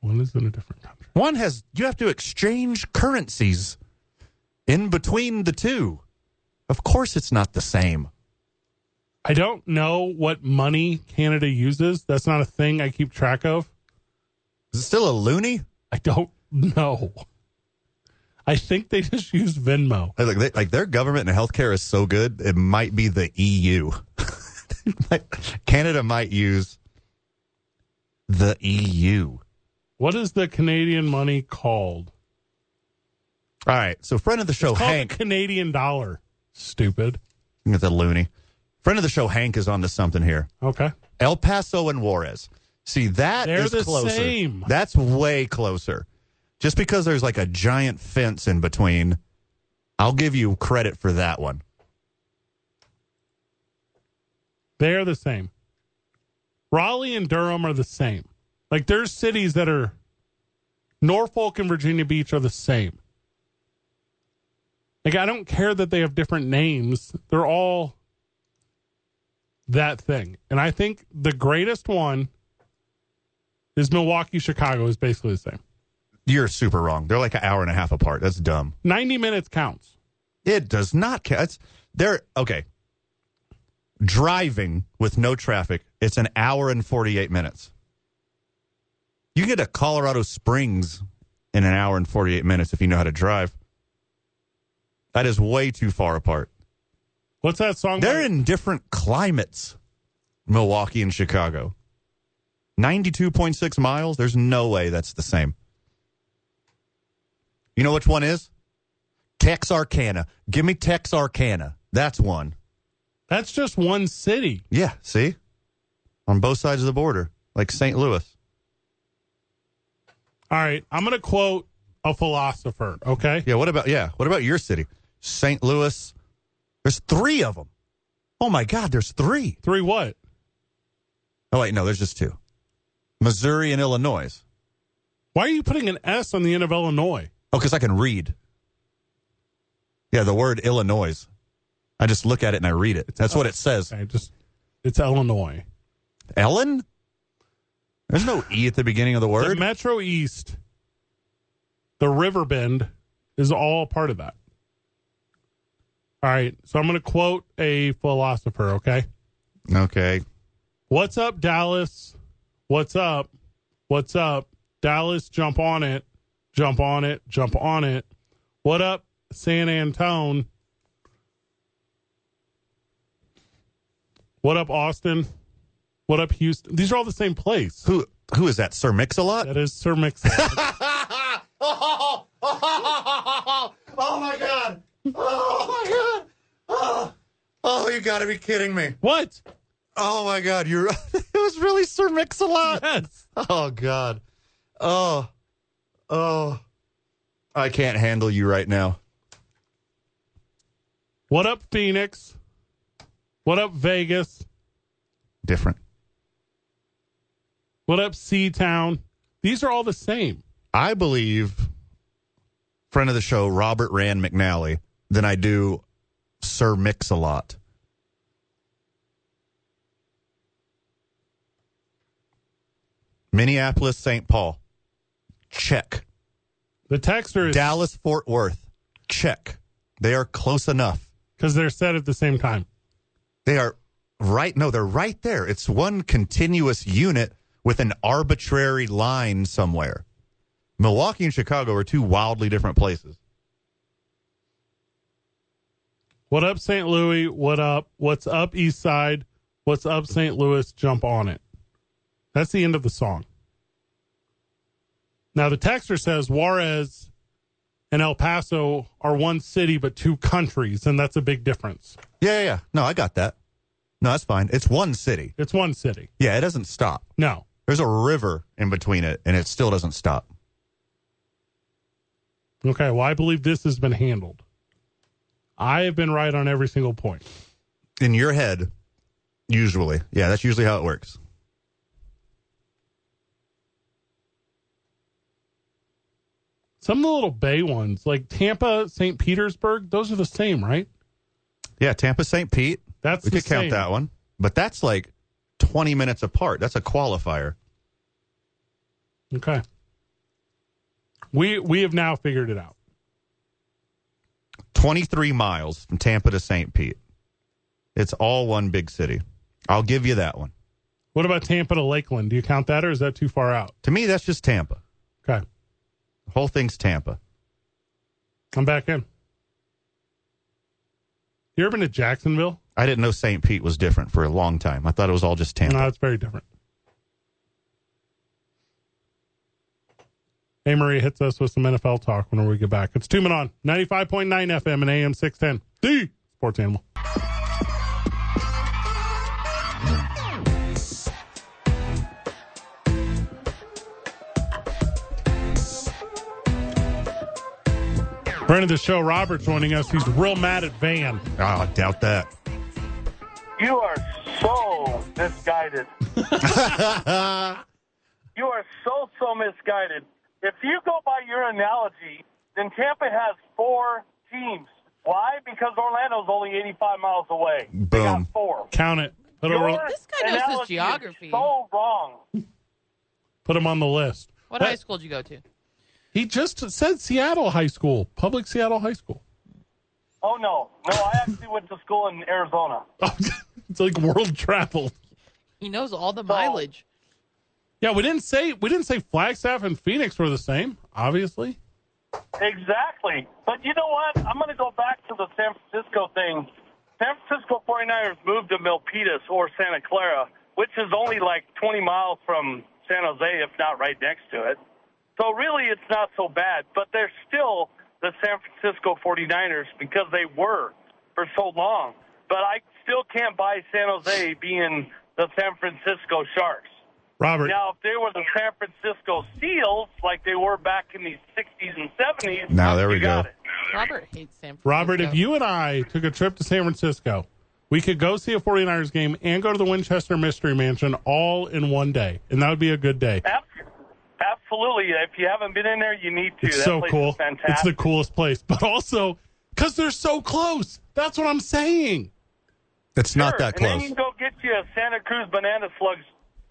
Speaker 1: One is in a different country.
Speaker 2: One has, you have to exchange currencies in between the two. Of course, it's not the same.
Speaker 1: I don't know what money Canada uses. That's not a thing I keep track of.
Speaker 2: Is it still a loony?
Speaker 1: I don't [laughs] know. I think they just use Venmo.
Speaker 2: Like, they, like their government and healthcare is so good, it might be the EU. [laughs] Canada might use the E EU.
Speaker 1: What is the Canadian money called?
Speaker 2: All right. So, friend of the show,
Speaker 1: It's called
Speaker 2: Oh, Hank.
Speaker 1: the Canadian dollar. Stupid.
Speaker 2: Look at the loony. Friend of the show, Hank, is onto something here.
Speaker 1: Okay.
Speaker 2: El Paso and Juarez. See, that
Speaker 1: They're
Speaker 2: is
Speaker 1: the
Speaker 2: closer.
Speaker 1: same.
Speaker 2: That's way closer. Just because there's like a giant fence in between, I'll give you credit for that one.
Speaker 1: They're the same. Raleigh and Durham are the same. Like there's cities that are Norfolk and Virginia Beach are the same. Like I don't care that they have different names. They're all that thing. And I think the greatest one is Milwaukee Chicago is basically the same.
Speaker 2: You're super wrong. They're like an hour and a half apart. That's dumb.
Speaker 1: 90 minutes counts.
Speaker 2: It does not count. It's, they're okay. Driving with no traffic, it's an hour and 48 minutes. You get to Colorado Springs in an hour and 48 minutes if you know how to drive. That is way too far apart.
Speaker 1: What's that song?
Speaker 2: They're
Speaker 1: by-
Speaker 2: in different climates, Milwaukee and Chicago. 92.6 miles? There's no way that's the same. You know which one is? Texarkana. Give me Texarkana. That's one.
Speaker 1: That's just one city.
Speaker 2: Yeah, see? On both sides of the border, like St. Louis.
Speaker 1: All right, I'm going to quote a philosopher, okay?
Speaker 2: Yeah, what about yeah, what about your city? St. Louis. There's 3 of them. Oh my god, there's 3.
Speaker 1: Three what?
Speaker 2: Oh wait, no, there's just 2. Missouri and Illinois.
Speaker 1: Why are you putting an S on the end of Illinois?
Speaker 2: Oh, cuz I can read. Yeah, the word Illinois. I just look at it and I read it. That's what it says.
Speaker 1: Okay, just it's Illinois.
Speaker 2: Ellen? There's no E at the beginning of the
Speaker 1: The
Speaker 2: word.
Speaker 1: Metro East, the River Bend is all part of that. All right, so I'm going to quote a philosopher, okay?
Speaker 2: Okay.
Speaker 1: What's up, Dallas? What's up? What's up? Dallas, jump on it. Jump on it. Jump on it. What up, San Antone? What up, Austin? What up, Houston? These are all the same place.
Speaker 2: Who who is that? Sir Mix-a-Lot?
Speaker 1: That is Sir Mix.
Speaker 2: [laughs] oh, my god! Oh my god! Oh, oh you gotta be kidding me!
Speaker 1: what?
Speaker 2: Oh my god! You're [laughs] it was really Sir Mix-a-Lot.
Speaker 1: Yes.
Speaker 2: Oh god! Oh, oh! I can't handle you right now.
Speaker 1: What up, Phoenix? What up, Vegas?
Speaker 2: Different.
Speaker 1: What up, Sea Town? These are all the same.
Speaker 2: I believe friend of the show Robert Rand McNally than I do Sir Mix-a-Lot. Minneapolis, St. Paul. Check.
Speaker 1: The texter is
Speaker 2: Dallas, Fort Worth. Check. They are close enough.
Speaker 1: because they're said at the same time.
Speaker 2: They are right. No, they're right there. It's one continuous unit with an arbitrary line somewhere. Milwaukee and Chicago are two wildly different places.
Speaker 1: What up, St. Louis? What up? What's up, East Side? What's up, St. Louis? Jump on it. That's the end of the song. Now, the texter says Juarez and El Paso are one city but two countries, and that's a big difference.
Speaker 2: Yeah, yeah, yeah. No, I got that. No, that's fine. It's one city.
Speaker 1: It's one city.
Speaker 2: Yeah, it doesn't stop.
Speaker 1: No.
Speaker 2: There's a river in between it, and it still doesn't stop.
Speaker 1: Okay. Well, I believe this has been handled. I have been right on every single point.
Speaker 2: In your head, usually. Yeah, that's usually how it works.
Speaker 1: Some of the little bay ones, like Tampa, St. Petersburg, those are the same, right?
Speaker 2: Yeah, Tampa St. Pete.
Speaker 1: That's
Speaker 2: we
Speaker 1: the
Speaker 2: could count
Speaker 1: same.
Speaker 2: that one. But that's like 20 minutes apart. That's a qualifier.
Speaker 1: Okay. We we have now figured it out.
Speaker 2: 23 miles from Tampa to St. Pete. It's all one big city. I'll give you that one.
Speaker 1: What about Tampa to Lakeland? Do you count that or is that too far out?
Speaker 2: To me, that's just Tampa.
Speaker 1: Okay.
Speaker 2: The whole thing's Tampa.
Speaker 1: I'm back in. You ever been to Jacksonville?
Speaker 2: I didn't know St. Pete was different for a long time. I thought it was all just Tampa.
Speaker 1: No, it's very different. Hey, Marie hits us with some NFL talk whenever we get back. It's Two Men On, 95.9 FM and AM 610. The Sports Animal. Friend of the show, Robert, joining us. He's real mad at Van.
Speaker 2: Oh, I doubt that.
Speaker 4: You are so misguided. you are so, so misguided. If you go by your analogy, then Tampa has four teams. Why? Because Orlando's only 85 miles away. They
Speaker 2: Boom.
Speaker 4: got four.
Speaker 1: Count it. Put him, on,
Speaker 3: This guy knows his
Speaker 5: analogy is
Speaker 3: geography.
Speaker 5: So wrong.
Speaker 1: put him on the list.
Speaker 3: What
Speaker 1: But
Speaker 3: high school did you go to?
Speaker 1: He just said Seattle High School, public Seattle High School. [laughs]
Speaker 5: Oh no, no, I actually went to school in
Speaker 2: [laughs]
Speaker 5: Arizona.
Speaker 1: it's like world travel.
Speaker 3: He knows all the mileage.
Speaker 1: Yeah, we didn't say we didn't say Flagstaff and Phoenix were the same. Obviously,
Speaker 5: Exactly. But you know what? I'm going to go back to the San Francisco thing. San Francisco 49ers moved to Milpitas or Santa Clara, which is only like 20 miles from San Jose, if not right next to it. So really, it's not so bad. But they're still the San Francisco 49ers because they were for so long. But I still can't buy San Jose being the San Francisco Sharks.
Speaker 1: Robert.
Speaker 5: Now, if they were the San Francisco Seals, like they were back in the 60s and 70s,
Speaker 2: Now, there
Speaker 5: you
Speaker 2: we
Speaker 5: got
Speaker 2: go.
Speaker 5: it.
Speaker 3: Robert hates San Francisco.
Speaker 1: Robert, if you and I took a trip to San Francisco, we could go see a 49ers game and go to the Winchester Mystery Mansion all in one day, and that would be a good day.
Speaker 5: Ab- Absolutely. If you haven't been in there, you need to.
Speaker 1: It's
Speaker 5: that
Speaker 1: so
Speaker 5: place
Speaker 1: cool.
Speaker 5: Is fantastic.
Speaker 1: It's the coolest place, but also because they're so close. That's what I'm saying.
Speaker 2: It's not that
Speaker 5: And then
Speaker 2: close.
Speaker 5: you can go get you a Santa Cruz Banana Slugs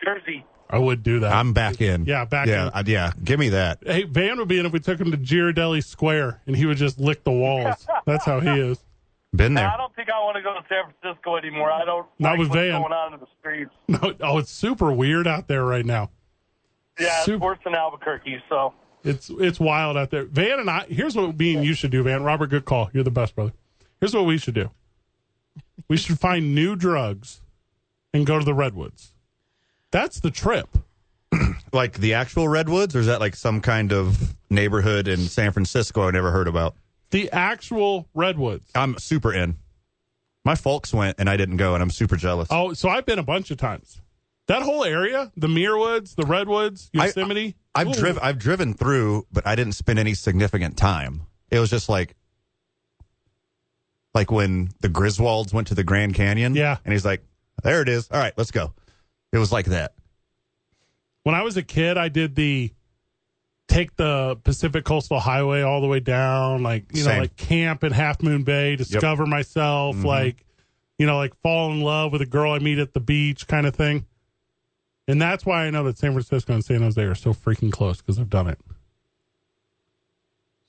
Speaker 5: jersey.
Speaker 1: I would do that.
Speaker 2: I'm back in.
Speaker 1: Yeah, back
Speaker 2: yeah,
Speaker 1: in.
Speaker 2: uh, yeah, give me that.
Speaker 1: hey, Van would be in if we took him to Girardelli Square, and he would just lick the walls. That's how he is. [laughs]
Speaker 2: Been there.
Speaker 5: I don't think I want to go to San Francisco anymore. I don't
Speaker 1: Not
Speaker 5: like
Speaker 1: with
Speaker 5: what's
Speaker 1: Van.
Speaker 5: going on in the streets.
Speaker 1: No, oh, it's super weird out there right now.
Speaker 5: Yeah, it's
Speaker 1: Super-
Speaker 5: worse than Albuquerque. So
Speaker 1: It's it's wild out there. Van and I. Here's what me and you should do, Van. Robert, good call. You're the best brother. Here's what we should do. We should find new drugs and go to the redwoods. That's the trip.
Speaker 2: Like the actual redwoods, or is that like some kind of neighborhood in San Francisco I never heard about?
Speaker 1: The actual redwoods.
Speaker 2: I'm super in. My folks went and I didn't go, and I'm super jealous.
Speaker 1: Oh, so I've been a bunch of times. That whole area, the Muirwoods, the redwoods,
Speaker 2: I-
Speaker 1: Yosemite.
Speaker 2: I've
Speaker 1: Ooh.
Speaker 2: driven I've driven through, but I didn't spend any significant time. It was just like like when the Griswolds went to the Grand Canyon.
Speaker 1: Yeah.
Speaker 2: And he's like, There it is. All right, let's go. It was like that.
Speaker 1: When I was a kid, I did the take the Pacific Coastal Highway all the way down, like you know,
Speaker 2: Same.
Speaker 1: like camp in Half Moon Bay, discover myself, like you know, like fall in love with a girl I meet at the beach, kind of thing. And that's why I know that San Francisco and San Jose are so freaking close because I've done it.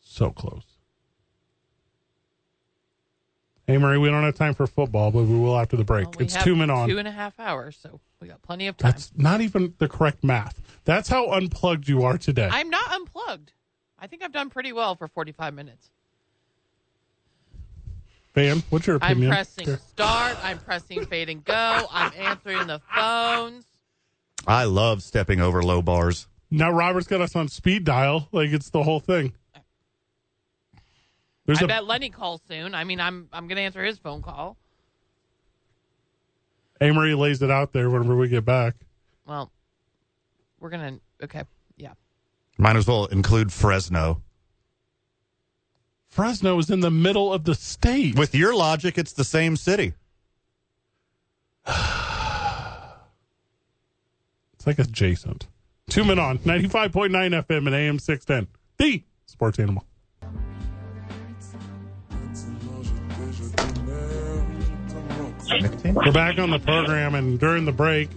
Speaker 1: So close. Hey, Murray, we don't have time for football, but we will after the break.
Speaker 3: Well, we
Speaker 1: it's
Speaker 3: have
Speaker 1: two men on.
Speaker 3: Two and a half hours, so we got plenty of time.
Speaker 1: That's not even the correct math. That's how unplugged you are today.
Speaker 3: I'm not unplugged. I think I've done pretty well for 45 minutes.
Speaker 1: Bam, what's your
Speaker 3: I'm
Speaker 1: opinion?
Speaker 3: pressing start. I'm pressing fade and go. I'm answering the phones.
Speaker 2: I love stepping over low bars.
Speaker 1: Now Robert's got us on speed dial. Like it's the whole thing. There's
Speaker 3: I
Speaker 1: a
Speaker 3: bet Lenny calls soon. I mean, I'm I'm gonna answer his phone call.
Speaker 1: Amory lays it out there whenever we get back.
Speaker 3: Well, we're gonna okay. Yeah,
Speaker 2: Might as well include Fresno.
Speaker 1: Fresno is in the middle of the state.
Speaker 2: With your logic, it's the same city.
Speaker 1: it's like adjacent. Two men on 95.9 FM and AM 610. The sports animal. We're back on the program, and during the break,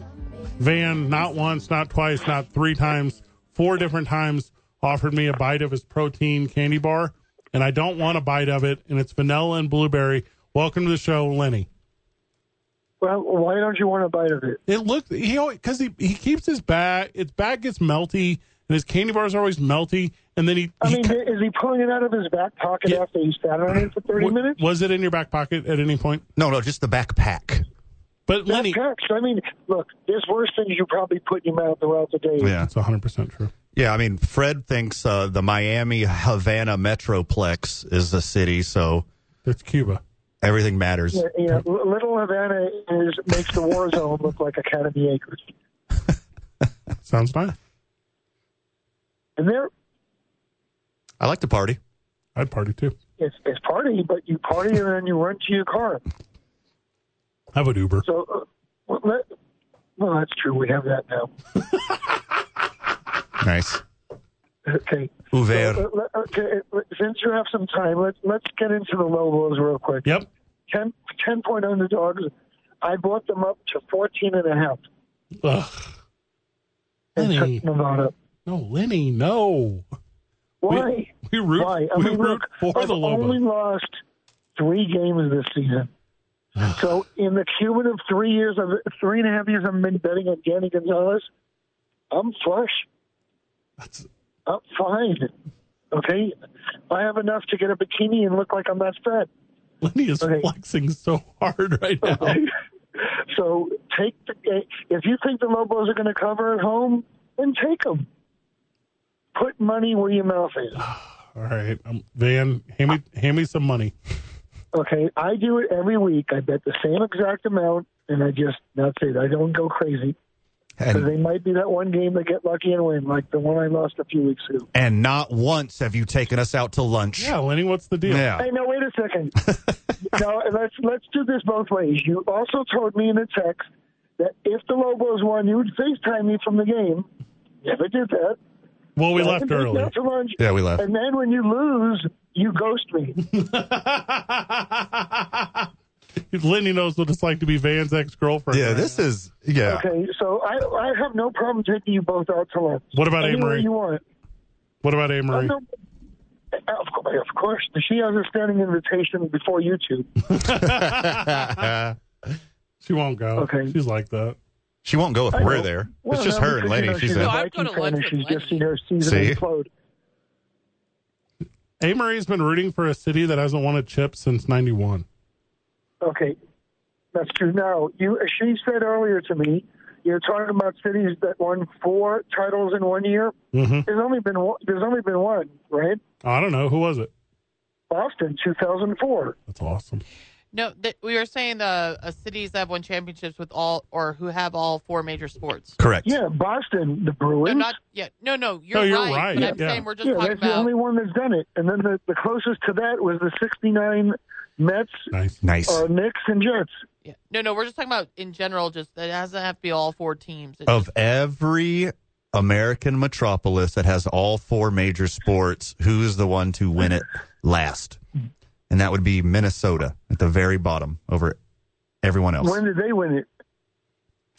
Speaker 1: Van, not once, not twice, not three times, four different times, offered me a bite of his protein candy bar, and I don't want a bite of it, and it's vanilla and blueberry. Welcome to the show, Lenny.
Speaker 6: Well, why don't you want a bite of it?
Speaker 1: It looked he because he he keeps his bag. His bag gets melty, and his candy bars are always melty. And then he,
Speaker 6: I
Speaker 1: he
Speaker 6: mean,
Speaker 1: cu-
Speaker 6: is he pulling it out of his back pocket
Speaker 1: Yeah.
Speaker 6: after he sat on it for 30
Speaker 1: wa-
Speaker 6: minutes?
Speaker 1: was it in your back pocket at any point?
Speaker 2: No, no, just the backpack.
Speaker 1: But Lenny,
Speaker 6: Perhaps. I mean, look, there's worse things you probably put in your mouth throughout the day.
Speaker 2: Yeah.
Speaker 1: that's one hundred percent true.
Speaker 2: Yeah, I mean, Fred thinks uh, the Miami Havana Metroplex is the city, so
Speaker 1: That's Cuba.
Speaker 2: everything matters.
Speaker 6: Yeah, yeah, L- Little Havana is makes the war zone look like Academy Acres.
Speaker 1: Sounds nice.
Speaker 6: And there,
Speaker 2: I like to party.
Speaker 1: I'd party too.
Speaker 6: it's, it's party, but you party and then you run to your car.
Speaker 1: I would Uber.
Speaker 6: So, uh, well, let, well, that's true. We have that now.
Speaker 2: Nice.
Speaker 6: Okay.
Speaker 2: Uber.
Speaker 6: So, uh, let- okay, uh, since you have some time, let's let's get into the Lobos real quick.
Speaker 1: Yep.
Speaker 6: 10, 10 point underdogs I bought them up to 14 and a half
Speaker 1: Ugh.
Speaker 6: and
Speaker 1: Lenny,
Speaker 6: took Nevada.
Speaker 1: no, Lenny, no. [laughs]
Speaker 6: Why?
Speaker 1: We root,
Speaker 6: Why? I
Speaker 1: we
Speaker 6: mean,
Speaker 1: root
Speaker 6: look,
Speaker 1: for
Speaker 6: I've
Speaker 1: the
Speaker 6: only
Speaker 1: Lobo.
Speaker 6: lost three games this season. so in the cumulative three years of three and a half years I've been betting on Danny Gonzalez, I'm flush.
Speaker 1: That's-
Speaker 6: I'm fine. Okay, I have enough to get a bikini and look like I'm not fat.
Speaker 1: Lenny is
Speaker 6: Okay.
Speaker 1: flexing so hard right
Speaker 6: [laughs]
Speaker 1: now.
Speaker 6: So take the if you think the Lobos are going to cover at home, then take them. Put money where your mouth is.
Speaker 1: All right, um, Van, hand me hand me some money.
Speaker 6: Okay, I do it every week. I bet the same exact amount, and I just that's it. I don't go crazy because
Speaker 2: And,
Speaker 6: they might be that one game they get lucky and win, like the one I lost a few weeks ago.
Speaker 2: and not once have you taken us out to lunch.
Speaker 1: Yeah, Lenny, what's the deal?
Speaker 2: Yeah.
Speaker 6: Hey, no, wait a
Speaker 1: [laughs]
Speaker 6: second. no, let's let's do this both ways. You also told me in a text that if the Lobos won, you would FaceTime me from the game. Never did that.
Speaker 1: Well, we
Speaker 6: I
Speaker 1: left
Speaker 6: didn't take you
Speaker 1: early.
Speaker 6: out to lunch.
Speaker 2: Yeah, we left.
Speaker 6: And then when you lose, you ghost me.
Speaker 1: [laughs] Lenny knows what it's like to be Van's ex girlfriend.
Speaker 2: Yeah, this is yeah.
Speaker 6: Okay, so I I have no problem taking you both out to lunch.
Speaker 1: What about
Speaker 6: Anywhere
Speaker 1: Amory?
Speaker 6: You want?
Speaker 1: What about Amory?
Speaker 6: Oh, no. Uh, Of course, of course. She has a standing invitation before you two.
Speaker 1: She won't go.
Speaker 6: Okay.
Speaker 1: She's like that.
Speaker 2: [laughs] She won't go if
Speaker 6: I
Speaker 2: we're
Speaker 6: know.
Speaker 2: there.
Speaker 6: Well,
Speaker 2: it's just
Speaker 6: no,
Speaker 2: her and Lenny.
Speaker 6: because, You know,
Speaker 2: She's
Speaker 6: she's a
Speaker 2: in.
Speaker 3: No, I'd go to
Speaker 6: Viking fan
Speaker 3: lunch
Speaker 6: and
Speaker 3: with
Speaker 6: she's just
Speaker 3: Lenny.
Speaker 6: seen her season
Speaker 2: See?
Speaker 6: implode.
Speaker 1: Amory's been rooting for a city that hasn't won a chip since '91.
Speaker 6: Okay, that's true. Now, you she said earlier to me, you're talking about cities that won four titles in one year.
Speaker 2: Mm-hmm.
Speaker 1: Mhm.
Speaker 6: There's only been one, there's only been one, right?
Speaker 1: I don't know who was it.
Speaker 6: Boston, 2004.
Speaker 1: That's awesome.
Speaker 3: No, th- we were saying the uh, cities that have won championships with all or who have all four major sports.
Speaker 2: Correct.
Speaker 6: Yeah, Boston, the Bruins.
Speaker 3: No, not yet. No, no, you're,
Speaker 1: No, you're
Speaker 3: right,
Speaker 1: right,
Speaker 3: But I'm
Speaker 1: yeah.
Speaker 3: saying we're just
Speaker 6: yeah,
Speaker 3: talking
Speaker 6: that's the
Speaker 3: about.
Speaker 6: only one that's done it. And then the, the closest to that was the 69 Mets,
Speaker 1: Nice.
Speaker 2: Nice.
Speaker 6: uh, Knicks, and Jets.
Speaker 3: yeah. No, no, we're just talking about in general. Just it doesn't have to be all four teams. It
Speaker 2: of
Speaker 3: just-
Speaker 2: every American metropolis that has all four major sports, who's the one to win it last? And that would be Minnesota at the very bottom over everyone else.
Speaker 6: When did they win it?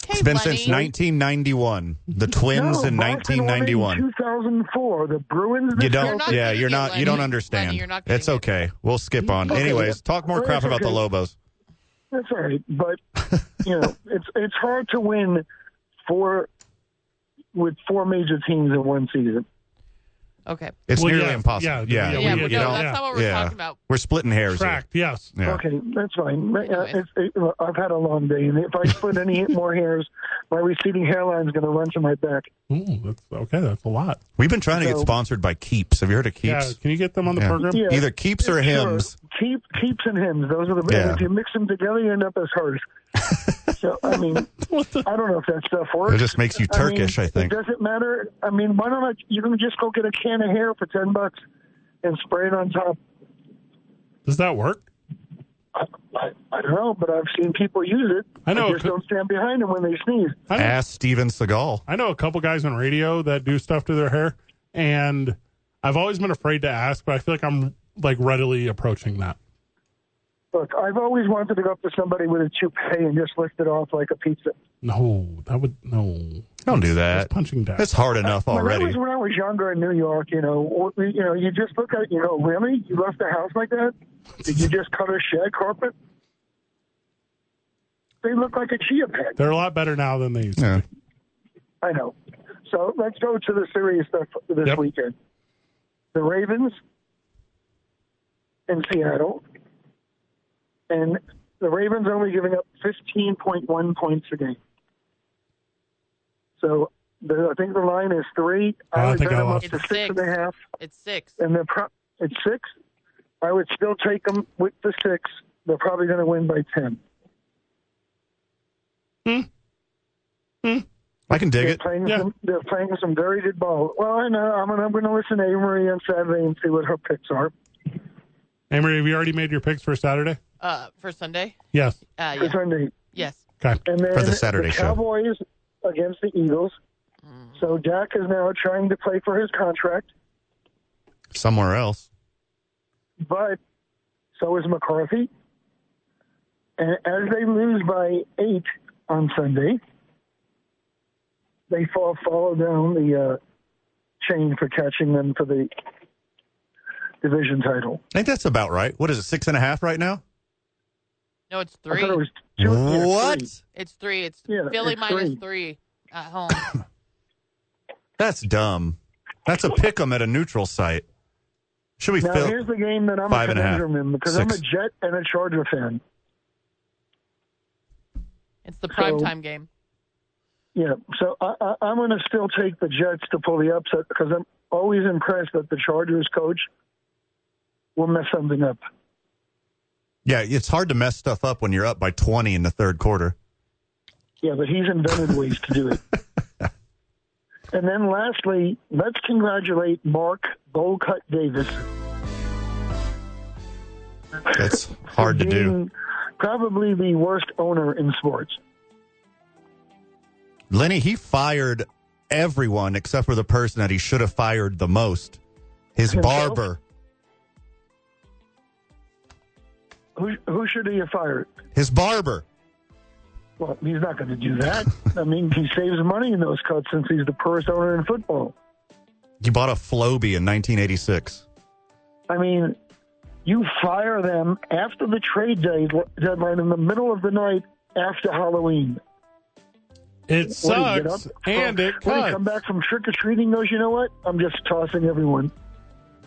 Speaker 2: it's
Speaker 3: Hey,
Speaker 2: been
Speaker 3: Lenny.
Speaker 2: since 1991. The Twins
Speaker 6: No,
Speaker 2: in
Speaker 6: Boston won in
Speaker 2: 1991.
Speaker 6: 2004, the Bruins. this
Speaker 2: You
Speaker 6: year.
Speaker 2: don't.
Speaker 3: not
Speaker 2: yeah,
Speaker 3: getting
Speaker 2: you're
Speaker 3: it,
Speaker 2: not.
Speaker 3: Lenny.
Speaker 2: You don't
Speaker 3: Lenny,
Speaker 2: understand.
Speaker 3: you're not getting
Speaker 2: it's
Speaker 3: it.
Speaker 2: okay. We'll skip on.
Speaker 6: Okay.
Speaker 2: Anyways, talk more
Speaker 6: Well,
Speaker 2: crap
Speaker 6: it's
Speaker 2: about the
Speaker 6: okay.
Speaker 2: Lobos.
Speaker 6: That's all right,
Speaker 2: [laughs]
Speaker 6: but you know, it's it's hard to win four with four major teams in one season.
Speaker 3: Okay.
Speaker 2: It's
Speaker 1: Well,
Speaker 2: nearly
Speaker 1: yeah,
Speaker 2: impossible.
Speaker 1: yeah,
Speaker 2: Yeah,
Speaker 1: yeah,
Speaker 2: we-
Speaker 3: Yeah,
Speaker 1: we-
Speaker 3: but
Speaker 2: you
Speaker 3: no,
Speaker 2: don't-
Speaker 3: that's not what we're
Speaker 2: yeah.
Speaker 3: talking about.
Speaker 2: We're splitting hairs. here.
Speaker 1: Tracked. Yes.
Speaker 2: Yeah.
Speaker 6: Okay, that's fine. Uh,
Speaker 3: Anyway.
Speaker 6: It's, it, look, I've had a long day, and if I
Speaker 2: [laughs]
Speaker 6: split any more hairs, my receding hairline's going to run to my back.
Speaker 1: Ooh, that's okay. That's a lot.
Speaker 2: We've been trying to get
Speaker 6: So-
Speaker 2: sponsored by Keeps. Have you heard of Keeps?
Speaker 1: Yeah. Can you get them on the
Speaker 2: Yeah.
Speaker 1: program? [laughs]
Speaker 6: Yeah.
Speaker 2: Either Keeps or Hymns.
Speaker 6: Keep keeps and hymns. Those are the. and
Speaker 2: Yeah.
Speaker 6: if you mix them together, you end up as
Speaker 2: [laughs]
Speaker 6: hers. so I mean, I don't know if that stuff works.
Speaker 2: It just makes you
Speaker 6: I mean,
Speaker 2: Turkish, I, think.
Speaker 6: It doesn't matter. I mean, why don't I, you can just go get a can of hair for ten bucks and spray it on top?
Speaker 1: Does that work?
Speaker 6: I, I, I don't know, but I've seen people use it.
Speaker 1: I know,
Speaker 6: I just
Speaker 1: c-
Speaker 6: don't stand behind them when they sneeze.
Speaker 1: I don't
Speaker 2: Ask Steven Seagal.
Speaker 1: I know a couple guys on radio that do stuff to their hair, and I've always been afraid to ask, but I feel like I'm like readily approaching that.
Speaker 6: Look, I've always wanted to go up to somebody with a toupee and just lift it off like a pizza.
Speaker 1: No, that would no.
Speaker 2: Don't do
Speaker 1: That's
Speaker 2: that.
Speaker 1: punching down.
Speaker 2: That's hard enough
Speaker 6: When I
Speaker 2: already.
Speaker 6: was, when I was younger in New York, you know, or- you know, you just look at it, you go, really? You left the house like that? Did you just cut a shag carpet? They look like a chia pet.
Speaker 1: They're a lot better now than they used to.
Speaker 2: Yeah.
Speaker 1: be.
Speaker 6: I know. So let's go to the serious stuff this
Speaker 1: Yep.
Speaker 6: weekend. The Ravens in Seattle, and the Ravens only giving up 15.1 points a game. So the, I think the line is three.
Speaker 1: I
Speaker 6: would
Speaker 1: think
Speaker 6: bet
Speaker 1: I
Speaker 6: them up
Speaker 1: lost.
Speaker 6: to
Speaker 3: It's
Speaker 6: six and
Speaker 3: six.
Speaker 6: a half,
Speaker 3: It's six.
Speaker 6: and they're pro- it's six. I would still take them with the six. They're probably going to win by ten.
Speaker 2: I can dig
Speaker 6: They're
Speaker 2: it.
Speaker 6: playing
Speaker 1: Yeah.
Speaker 6: some. They're playing some very good ball. Well, I know. I'm gonna, I'm going to listen to Amory on Saturday and see what her picks are.
Speaker 1: Amory, have you already made your picks for Saturday?
Speaker 3: Uh, for Sunday.
Speaker 1: Yes.
Speaker 3: Uh,
Speaker 6: for [laughs]
Speaker 3: yeah.
Speaker 6: Sunday.
Speaker 3: Yes.
Speaker 1: Okay.
Speaker 6: And then
Speaker 2: For the Saturday show.
Speaker 6: Cowboys against the Eagles.
Speaker 3: Mm.
Speaker 6: So Dak is now trying to play for his contract,
Speaker 2: Somewhere else.
Speaker 6: but so is McCarthy. And as they lose by eight on Sunday, they fall follow down the uh, chain for catching them for the division title.
Speaker 2: I think that's about right. What is it, six and a half right now?
Speaker 3: No, it's
Speaker 6: I
Speaker 3: three.
Speaker 6: thought it was two. yeah,
Speaker 2: what?
Speaker 6: three.
Speaker 3: It's three. It's
Speaker 6: Yeah,
Speaker 3: Philly
Speaker 6: it's
Speaker 3: minus
Speaker 6: three.
Speaker 3: three at home.
Speaker 2: That's dumb. That's a pick 'em at a neutral site. Should we
Speaker 6: Now
Speaker 2: fill?
Speaker 6: here's the game that I'm
Speaker 2: Five
Speaker 6: a
Speaker 2: and a half.
Speaker 6: conundrum in because i I'm a
Speaker 2: Six.
Speaker 6: Jet and a Charger fan.
Speaker 3: It's the prime
Speaker 6: So-
Speaker 3: time game.
Speaker 6: Yeah, so I, I, I'm going to still take the Jets to pull the upset because I'm always impressed that the Chargers coach will mess something up.
Speaker 2: Yeah, it's hard to mess stuff up when you're up by 20 in the third quarter.
Speaker 6: Yeah, but he's invented ways
Speaker 2: [laughs]
Speaker 6: to do it. and then lastly, let's congratulate Mark Bowcut Davis. [laughs]
Speaker 2: That's hard to do.
Speaker 6: being Probably the worst owner in sports.
Speaker 2: Lenny, he fired everyone except for the person that he should have fired the most his
Speaker 6: Himself?
Speaker 2: barber.
Speaker 6: Who, who should he have fired?
Speaker 2: His barber.
Speaker 6: Well, he's not going to do that. I mean, he saves money in those cuts since he's the poorest owner in football.
Speaker 2: He bought a Floby in 1986.
Speaker 6: I mean, you fire them after the trade day deadline in the middle of the night after Halloween.
Speaker 1: It
Speaker 6: What do you get
Speaker 1: sucks,
Speaker 6: up from-
Speaker 1: and it
Speaker 6: When you
Speaker 1: cuts.
Speaker 6: come back from trick or treating, goes, you know what? I'm just tossing everyone.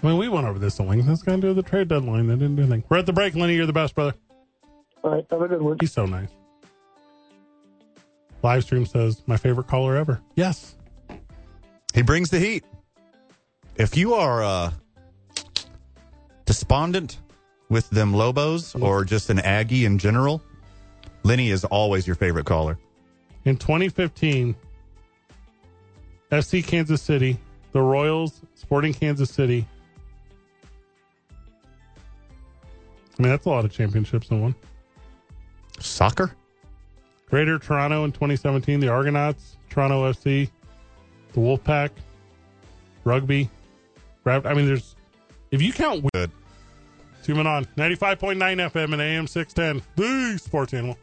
Speaker 1: I mean, we went over this on Wings. That's going to do the trade deadline. They didn't do anything. We're at the break, Lenny. You're the best, brother.
Speaker 6: All right, have a good one.
Speaker 1: He's so nice. Livestream says, my favorite caller ever. Yes.
Speaker 2: He brings the heat. If you are uh, despondent with them Lobos or just an Aggie in general, Lenny is always your favorite caller.
Speaker 1: In 2015, FC Kansas City, the Royals, Sporting Kansas City. I mean, that's a lot of championships in one.
Speaker 2: Soccer?
Speaker 1: Greater Toronto in 2017, the Argonauts, Toronto FC, the Wolfpack, rugby. Grav- I mean, there's, if you count,
Speaker 2: Good.
Speaker 1: Tune in on 95.9 FM and AM 610, the sports animal.